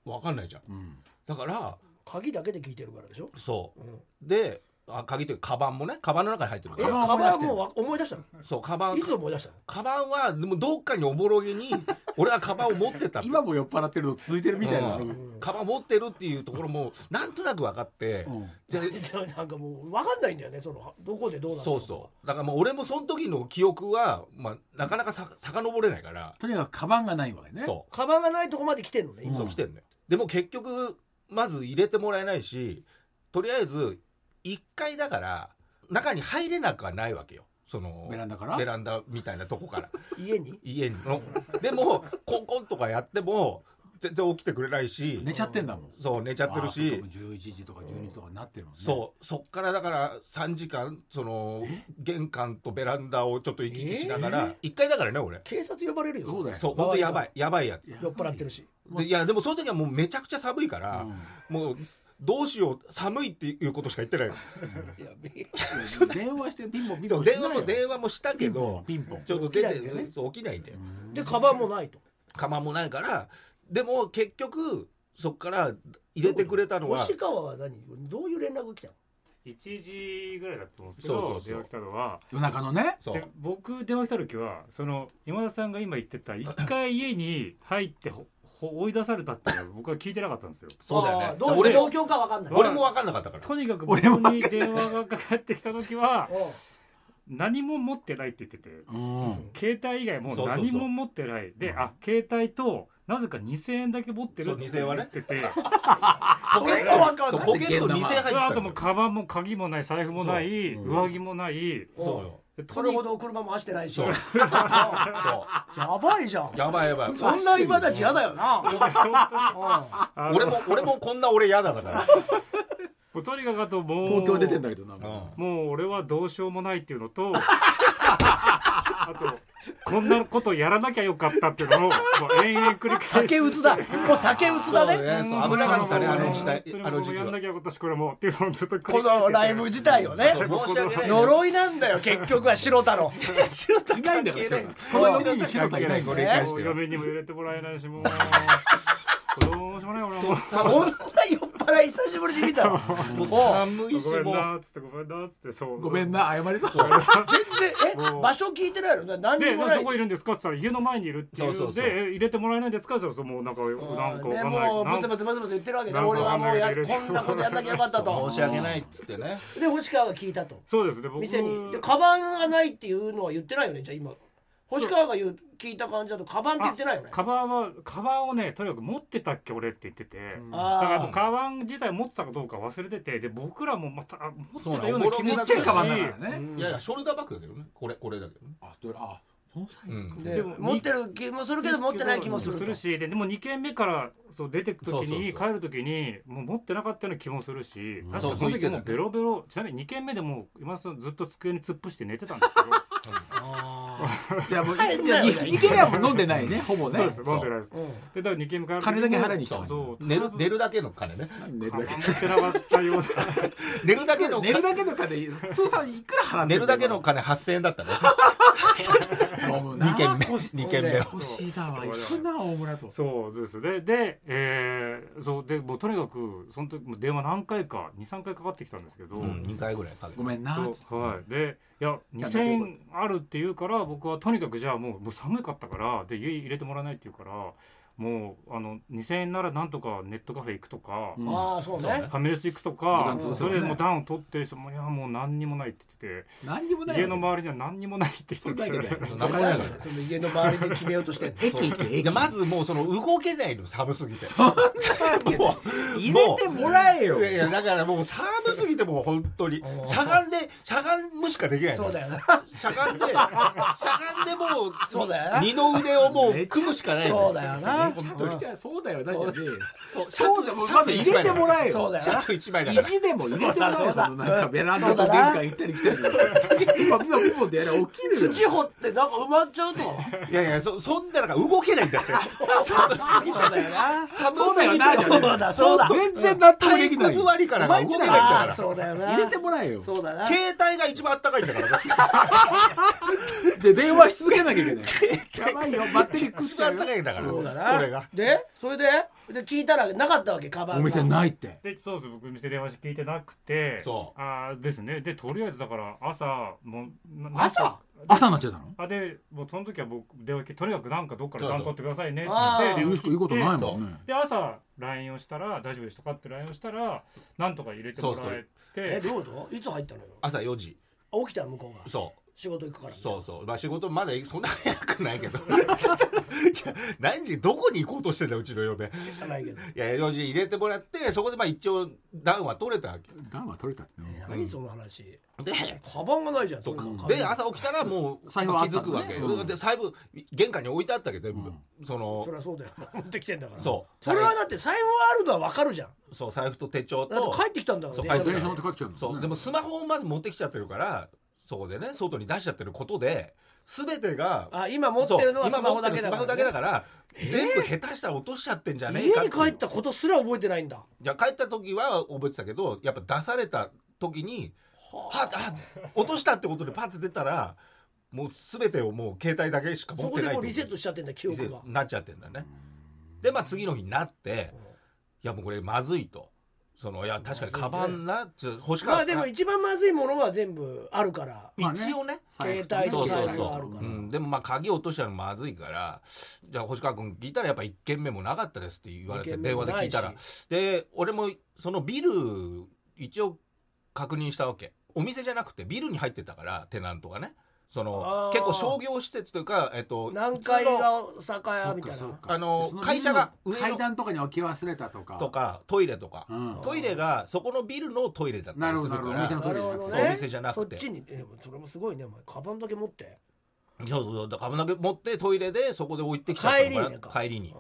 B: う分かんないじゃん
C: うん
B: だから
A: 鍵だけで聞いてるからでしょ
B: そ
A: うん
B: うであ鍵というかカバンもねカバンの中に入ってる
A: え
B: か
A: カ
B: ら
C: カバン思い出
A: バンはも
C: してる
A: うわ思い出したの
B: そうカバン
A: いつ思い出したの
B: カバンはでもどっかにおぼろげ
C: <laughs>
B: に俺はカバンを持ってた
C: 今も酔っ払ってるの続いてるみたいな
B: う
C: うん
B: ん
A: <laughs>
B: カバン持ってるっていうところもなんとなく分かって、じゃあ
A: なんかもう分かんないんだよねそのどこでどうなった
B: そ
A: の
B: う
A: か
B: そうだからもう俺もその時の記憶は、まあ、なかなかさ遡れないから、
C: とにかくカバンがないわけね
B: そ
A: カバンがないとこまで来てんのね
B: う
A: 今
B: そう来てんのよでも結局まず入れてもらえないしとりあえず1階だから中に入れなくはないわけよその
C: ベランダから
B: ベランダみたいなとこから
A: 家に
B: 家にのでもコンコンとかやっても全然起きてくれないし
C: 寝ちゃってんだもん
B: そう寝ちゃってるし
C: 11時とか12時とかになってるもんね
B: そうそっからだから3時間その玄関とベランダをちょっと行き来しながら1階だからね俺
A: 警察呼ばれるよ
C: そうだよ
B: そう本当やばいやばいやつ
A: 酔っ払ってるし
B: でいやでもその時はもうめちゃくちゃ寒いか
C: う
B: ら
C: ん、
B: もうどうしよう寒いっていうことしか言ってないの
A: やべえ
C: 電話してピンポンピン
B: そ
C: ポ
B: う
C: ンし
B: 電
C: ない
B: 話
C: よ
B: も電話もしたけど
C: ピンポン
B: ちょっと
A: 起
B: 出
A: きないんだよね
B: てそう起きないんだよ
A: <laughs> でカバンもないと
B: 釜もないからでも結局そっから入れてくれたのは
A: 星川は何どういう連絡が来たの
D: 1時ぐらいだと思うんですけど
B: そうそうそう
D: 電話来たのは
C: 夜中のね
B: そう
D: で僕電話来た時はその今田さんが今言ってた一回家に入ってほほ追い出されたっていうのは僕は聞いてなかったんですよ。
B: そうだよね
A: あーどういう
B: 俺
A: 状況かわかんない
B: 俺も分かんなかったから
D: とにかく僕に電話がかかってきた時は
A: おう
D: 何も持ってないって言ってて
C: うん
D: 携帯以外もう何も持ってないであ携帯となぜか2,000円だけ持ってる
B: そう
D: って
B: 2000
D: 言
B: 円は
D: っ
B: ね <laughs>
D: てて、
B: ポケット分かんないポケット2000円入ってたの
D: その
B: よ
D: あともうカバンも鍵もない財布もない、
C: そう
D: 上着もない
B: そうよ
A: そ
D: と
A: れ
D: に
A: ほど車も走ってないし
B: そうそ
A: <laughs> やばいじゃん
B: うやばいやばい
A: そんな今たち嫌だよ
B: <laughs>
A: なうん
D: あの
B: 俺も俺もこんな俺嫌だだから
D: もうとにかくあともう
C: 東京出てんだけどな
B: う
D: もう俺はどうしようもないっていうのと <laughs> あとこんなことやらなきゃよかったっていうのをもう延々繰り返し
A: 酒
D: て
A: うつだもう酒うつだね
B: そうそう危なかったねあの時代
D: 本当に
B: あの
D: も
B: 時
D: う
B: 期
D: やんな
B: は
D: きゃよかったしこれもっていうのをずっと繰り返
A: こ
D: してて
A: のライブ自体をね
B: そう申し訳ない
A: 呪いなんだよ結局は白太郎
B: 白田
C: いないんだからそういうの
B: この白田関係ないこれ理解
D: も
B: し
D: う
B: てよ
D: 嫁にも入れてもらえないしもうどうしようもない俺はもう
A: そんな酔っ払い久しぶりに見
D: <laughs>
A: たわ
B: もう
A: おう
B: 寒いし
D: ごめん
B: もう
D: なっつってごめんなっつってそう
C: ごめんな謝りそう
A: 全然え場所聞いてないの何に
D: で、
A: も
D: な
A: ない
D: どこいるんですかって言ったら家の前にいるっていうので
B: そうそうそう
D: え入れてもらえないんですかって言ったらもうなんかなんかわ
A: ね
D: かんない
A: もう
D: な
A: ブ
D: ん
A: ツブツブツブツ言ってるわけね
D: なんか
A: 俺はもうや
D: わかんないけ
A: こ
D: ど
A: んなことやんなきゃよかったと
B: 申し訳ないっつってね
A: で星川が聞いたと
D: そうですね僕
A: 店にでカバンがないっていうのは言ってないよねじゃあ今星川が言う聞いた感じだとカバンって言ってないよね
D: カバンはカバンをねとにかく持ってたっけ俺って言ってて、だから
A: あ
D: もうカバン自体持ってたかどうか忘れててで僕らもまたあ持ってたような
B: そうなの
D: 気も
B: ちっ
D: し
B: ちゃ
D: た
B: い
D: し
B: カバ
C: ンだからね
B: いやいやショルダーバッグだけどねこれこれだけどね
C: あどれあその際
B: うん
A: あ
D: で
A: で
D: も
A: 持ってる気もするけど持ってない気もする
D: す
A: と
D: るしででも2軒目からそう出てく時に
B: そうそう
D: 帰る時にもう持ってなかったような気もするし確か
B: そう
D: そ
B: そう
D: の
B: 言ってた
D: 時も
B: よ
D: うベロベロちなみに2軒目でもう今さんずっと机に突っ伏して寝てたんですけど
C: いやもう
A: はい
C: いや2軒目はもう飲んでないねほぼ
D: そう
C: ね
D: です飲んでないです
A: うん
D: でだから2軒目帰る時
C: 金だけ払いに来た
D: そ
C: の
D: う
C: に
D: そ
B: 寝
D: う
B: る寝るだけの金ね
C: 寝る
D: あんま
C: だけ
D: 持ってなかったような
B: 寝るだけの
C: 寝るだけの金通算いくら払って
B: 寝るだけの
C: 金
B: 金8000円だったね2
C: 2
B: 軒目
C: 腰
B: 2軒目を
C: 腰だわ行くな大村と
D: そうですねで、えー、そうでもうとにかくその時もう電話何回か23回かかってきたんですけど、
B: うん2回ぐらいかけて
C: ごめんなつって
D: そうはいでいや2,000円あるっていうから僕はとにかくじゃあもうもう寒かったからで家入れてもらえないっていうからもうあの2,000円ならなんとかネットカフェ行くとか、
C: うん
A: ああそう
B: そう
A: ね
B: ね
D: ファミレス行くと
C: 時
D: か
C: 間、潰す
D: そ
C: もんね
D: れでもう暖を取ってる人もいやもう何にもないって言って
C: 何にもない
D: て家の周りには何にもないって
C: そ
D: 言
C: れ
D: って
C: だけだ
D: て
C: よ
B: そう
A: そ
B: なかなかだよ
A: の家の周りで決めようと
B: <laughs>
A: してんの
C: 駅行け
B: い
C: 駅
B: やまずもうその動けないの寒すぎてもう
C: 入れてもらえよ
B: いやいやだからもう寒すぎてもう本当に
A: うん
B: しゃがんでしゃがむしかできないの
A: そうだよな
B: しゃがんでしゃがんでもう
A: そうだよな
B: 二の腕をもう組むしかないの
A: <laughs> そうだよな
C: ちょっと来ちゃうそうだよなじゃねえよ
B: そうシャ
C: そう
B: ツ
C: だよ
B: シ
C: ま
B: ャ
C: ず
B: ツ
C: 入れてもらえ
A: そう
C: よ
A: だよ
B: シャ
A: な
B: ツ一枚だ
C: 意
B: から
C: 地でも入れてもらえよそのなんかベランダと玄関行ったり来たりピポピポピポってやりゃ起きるよ
A: 土掘ってなんか埋まっちゃうと
B: いやいやそそんなだから動けないんだって寒すぎて
A: そうだよな
B: 寒
C: そうだよなじゃねえ
A: そうだそうだ
C: 全然納得
B: 体
C: でき
B: 育
C: ない
B: 座りからが動けないんだ
A: あ
B: か
A: あ
B: ら
A: そうだよな
C: 入れてもらえよ
A: そうだな
B: 携帯が一番あったかいんだから
C: で電話し続けなきゃいけないやばいよバッテリー食っ
B: 一
C: ちゃ
B: 番あった
C: うよ
B: かいんだから
A: そうだな
B: それが
A: でそれでで聞いたらなかったわけカバンが
C: お店ないって
D: でそうです僕店電話して聞いてなくて
B: そう
D: あーですねでとりあえずだから朝もうな
A: 朝
C: 朝になっちゃったの
D: あでもうその時は僕電話機とにかくなんかどっから段取ってくださいねって
A: そうそう
D: 言って電
C: 言う
D: 話
C: 人いいことないもんね
D: で朝 LINE をしたら大丈夫でしたかって LINE をしたらなんとか入れてもらえ
A: え
D: て
A: どういうこといつ入ったのよ
B: 朝4時
A: 起きた向こうが
B: そう
A: 仕事行くから
B: そうそう、まあ、仕事まだそんな早くない
A: <laughs>
B: けどいや何時どこに行こうとしてんだうちの嫁い
A: 知らないけど
B: や4時入れてもらってそこでまあ一応暖は取れたわけ
C: ガンは取れたってね
A: 何その話
B: で
A: カバンがないじゃんそ
B: そう
A: れ
B: か
A: も
B: で朝起きたらもう気
C: 財布はあった
B: づくわけ、
C: のねうん
B: で財布玄関に置いてあったわけ全部、そ
A: そり
B: の
A: ゃそうだよ <laughs> 持ってきてんだから
B: そう
A: それはだって財布があるのは分かるじゃん
B: 布そう財布と手帳
A: だっ
B: と
A: て帰ってきたんだから
B: そう
A: 電車
B: 帰
A: で
B: っ
C: 電
B: て
C: 車
B: き
C: 乗って帰ってきたんだ
B: そう、でもスマホをまず持ってきちゃってるからそこでね外に出しちゃってることで全てが
A: あ今持ってるのは
B: そう
A: スマホだけだ
B: 今
A: か
B: 持
A: ら
B: ってるスマホだけだから、全部下手したら落としちゃってんじゃねえ
A: 家
B: か
A: に
B: ていう
A: 帰ったことすら覚えてないんだ
B: じゃあ帰った時は覚えてたけどやっぱ出された時にはっあ落としたってことでパッて出たらもう全てをもう携帯だけしか
A: そ
B: 持っ
A: こ
B: て
A: で
B: ない
A: もうリセットしちゃってんだ記
B: リセ
A: 憶
B: ッ
A: が
B: トになっちゃってんだねでまあ次の日になっていやもうこれまずいとそのいや確かにカバンなちょ欲しかった
A: まあでも一番まずいものは全部あるから
C: まあね
B: 一応ね
A: 携帯と
B: そうそうそう
A: 財布があるか
B: う
A: ら
B: ん、でもまあ鍵落としたらまずいからじゃあ星川君聞いたらやっぱ1軒目もなかったですって言われ
A: 二
B: て
A: 軒目
B: 電
A: も
B: 話で
A: な
B: 聞
A: い
B: い
A: した
B: らで俺もそのビル一応確認したわけお店じゃなくてビルに入ってたからテナントがねそ
A: あ
B: の
A: ー
B: 結構商業施設というか、えっと、
A: 何階
B: 普通の
A: が酒屋みたい
C: そう
A: な
C: か
B: あの
C: そビル
B: 会社が上の
C: 階段とかに置き忘れたとか
B: とかトイレとか、
C: うん
B: トイレがそこのビルのトイレだった
C: な
B: り
C: る
B: す
C: ほ
B: る
C: ど
B: か
C: なるほどお店
B: ら
C: のトイレじゃな
A: なるほ
C: く
A: どねそって
B: そうお店じゃなく
C: て
A: ちにえそれもすごいねお前カバンだけ持って
B: そうそうそうだからなんか持ってトイレでそこで置いてきちゃったの
A: 帰りに
B: か
A: か
B: な帰りに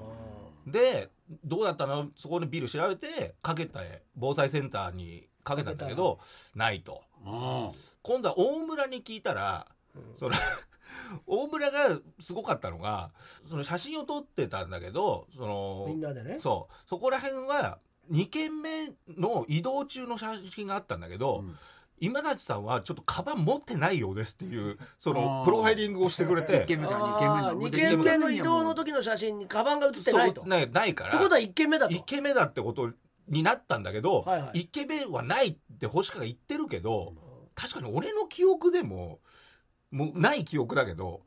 B: でどうだったのそこでビル調べてかけた防災センターにかけたんだけどないと
C: うん
B: 今度は大村に聞いたら
A: うん
B: その大村がすごかったのがその写真を撮ってたんだけどその
A: みんなでね
B: そうそこら辺は2軒目の移動中の写真があったんだけど、
C: うん
B: 今立さんはちょっとカバン持ってないようですっていうそ
C: あ
B: の
C: ー
B: プロファイリングをしてくれ
C: 一
B: て
C: 軒目から二軒目
A: あ
C: の
A: ー二
C: で
A: 軒目の
C: 二
A: 移
C: 軒目はも
A: 動
C: う
A: の時の写真にカバンが写って
B: そう
A: ないとって
B: ないないから
A: ことは1軒目だと
B: イケメンだってことになったんだけど、
A: はいはい
B: イケメンはないって星川が言ってるけど、確かに俺の記憶でももうない記憶だ
A: <laughs>
B: けど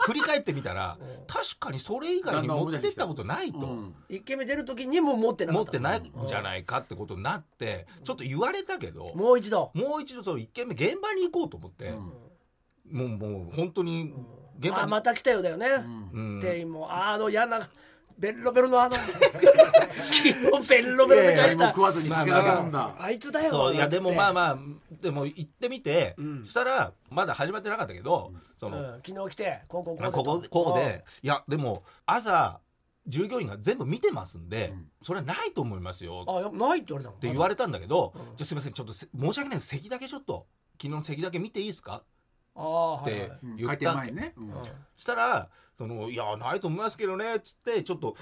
B: 振り返ってみたら
A: うん
B: 確かにそれ以外に持ってったことないと。
C: うん
A: 一軒目出る時にもう持ってなか
B: 持っ
A: った
B: てないんじゃないかってことになってちょっと言われたけど
A: もう一度
B: もう一度その一軒目現場に行こうと思って、
C: うん
B: もうもう本当に現場
A: あ
B: に、
A: また来たよだよね
C: うん
B: うん
A: 店員もあの嫌なベロベロのあの昨日ベロベロで帰っ
C: 何も
A: た
C: 食わずに酒だけ飲んだ
A: あいつだよ
B: そういやでもまあ
A: ま
B: まあでも行ってみて、
A: うん
B: したらまだ始まってなかったけど、その、
A: うん、昨日来てこうこうこうで
B: こここうでいやでも朝従業員が全部見てますんで、
C: うん
B: それはないと思いますよ
A: あやっぱないって言われたの
B: って言われたんだけど、
A: うん
B: じゃあすいませんちょっとせ申し訳ないです席だけちょっと昨日の席だけ見ていいですか
A: ああ
B: っ
A: はいはい
B: て
C: うん
B: 言
C: 開
B: っ
C: 店
B: たわ
C: 前
B: け
C: にねうん
B: したらその「いやないと思いますけどね」っつってちょっと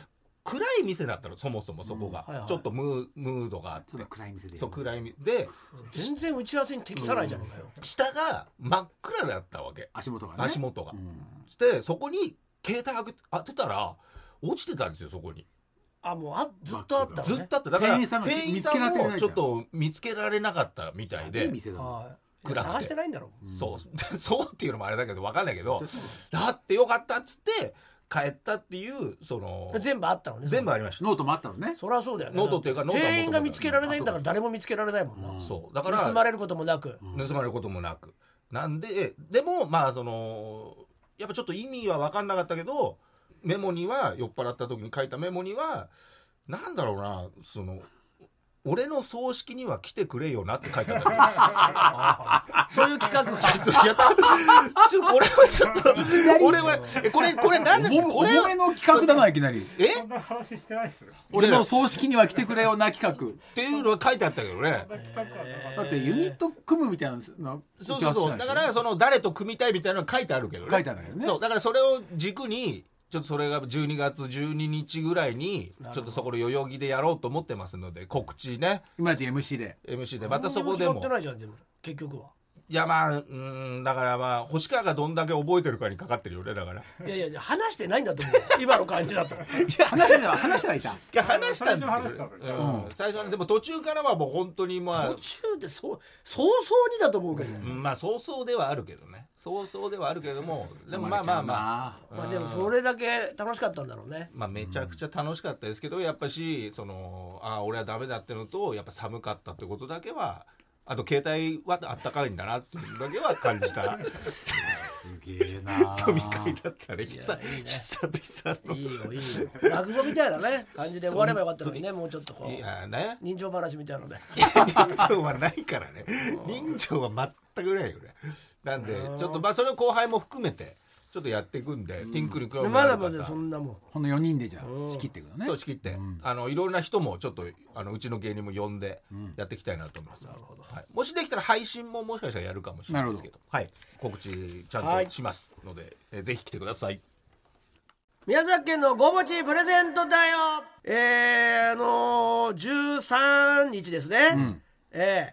B: 暗い店だったのそもそもそこが、
A: うんはいはい
B: ちょっとムームードがあって
C: ちょっと暗い店で
B: そう暗い店で
A: うん全然打ち合わせに適さないじゃねえかよ、
B: 下が真っ暗だったわけ
C: 足元がね
B: 足元が
C: う。ん
B: でそこに携帯開け当てたら落ちてたんですよそこに
A: あもうあずっとあったのね
B: ずっとあっただから
C: 店員さんが
B: 店員さ
C: 見つけられてない
B: ん
C: ん
B: も
C: だよ
B: ちょっと見つけられなかったみたい
C: い
B: で
C: い店だな
A: はい
B: 暗くて
A: 探してないんだろ
B: そうそうっていうのもあれだけど分かんないけどだってよかったっつって帰ったっていうその
A: う全部あったのね
B: 全部ありました
C: ノートもあったのね
A: そりゃそうだよね
B: ノートっていうかノートは元々
A: 店員が見つけられないんだから誰も見つけられないもんな、
C: うん
B: そうだから
A: 盗まれることもなく、
B: 盗まれることもなくなんででもまあそのやっぱちょっと意味は分かんなかったけどメモには酔っ払った時に書いたメモにはなんだろうなその俺の葬式には来てくれよなって書いてあった
C: <laughs>
A: そういう企画が
B: ちょっとやったちょっとこれはちょっと俺はえこれこれなんで
C: 重
B: これ
C: 重めの企画だないきな
B: <laughs>
C: り
B: え
D: そんな話してないですよ。
C: 俺の葬式には来てくれよな企
B: <laughs>
C: 画
B: っていうのは書いてあったけどね
D: そんな企画はなかった
C: だってユニット組むみたいなの
B: そうそうそうだからその誰と組みたいみたいなのは書いてあるけどね
C: 書いてあるよね
B: そうだからそれを軸にちょっとそれが12月12日ぐらいにちょっとそこの代々木でやろうと思ってますので告知ね
C: 今ち MC で
B: MC でまたそこで
A: 何にも
B: も
A: 決まってないじゃん全部結局はい
B: やまあうーんだからまあ星川がどんだけ覚えてるかにかかってるよねだからい
A: いやいや話してないんだと思
B: <laughs>
A: う今の感じだと
C: 話しては話してはいた
B: や話したんです
D: 最初話し
B: け
D: た
B: ど
D: ん、です
B: う
D: よ
B: ん最初はねでも途中からはもう本当にま
A: 途
B: あ
A: 中でそう早々にだと思うけど、
B: うんまあ早々ではあるけどね早々ではあるけどもでもまあまあまあ
A: まあ、でもそれだけ楽しかったんだろうね
B: まあ、めちゃくちゃ楽しかったですけど、やっぱしそのああ俺はダメだってのとやっぱ寒かったってことだけはあと携帯はあったかいんだなっていうのだけは感じた
C: すげえな
B: 飲み会だったね久
A: いやいいね
B: 久々
A: いいよいいよ落語みたいなね感じで終わればよかったのにねもうちょっとこ
B: のいうやね
A: 人情話みたいなので
B: 人情はないか
A: <laughs>
B: らね人情は全くないよねなんでちょっとまあそれを後輩も含めてちょっとやっていくんで、ティンクルクラブの
A: ま
B: 方
A: だまだそんなもん
C: <laughs> この4人でじゃあ仕切っていくのね
B: そう仕切って、あのいろんな人もちょっとあのうちの芸人も呼んでやっていきたいなと思います、はい、もしできたら配信ももしかしたらやるかもしれないですけどはい、告知ちゃ
A: は
B: ん
A: い
B: としますので、えーぜひ来てください
A: 宮崎県のごぼちプレゼントだよえー、あのー、13日ですね、え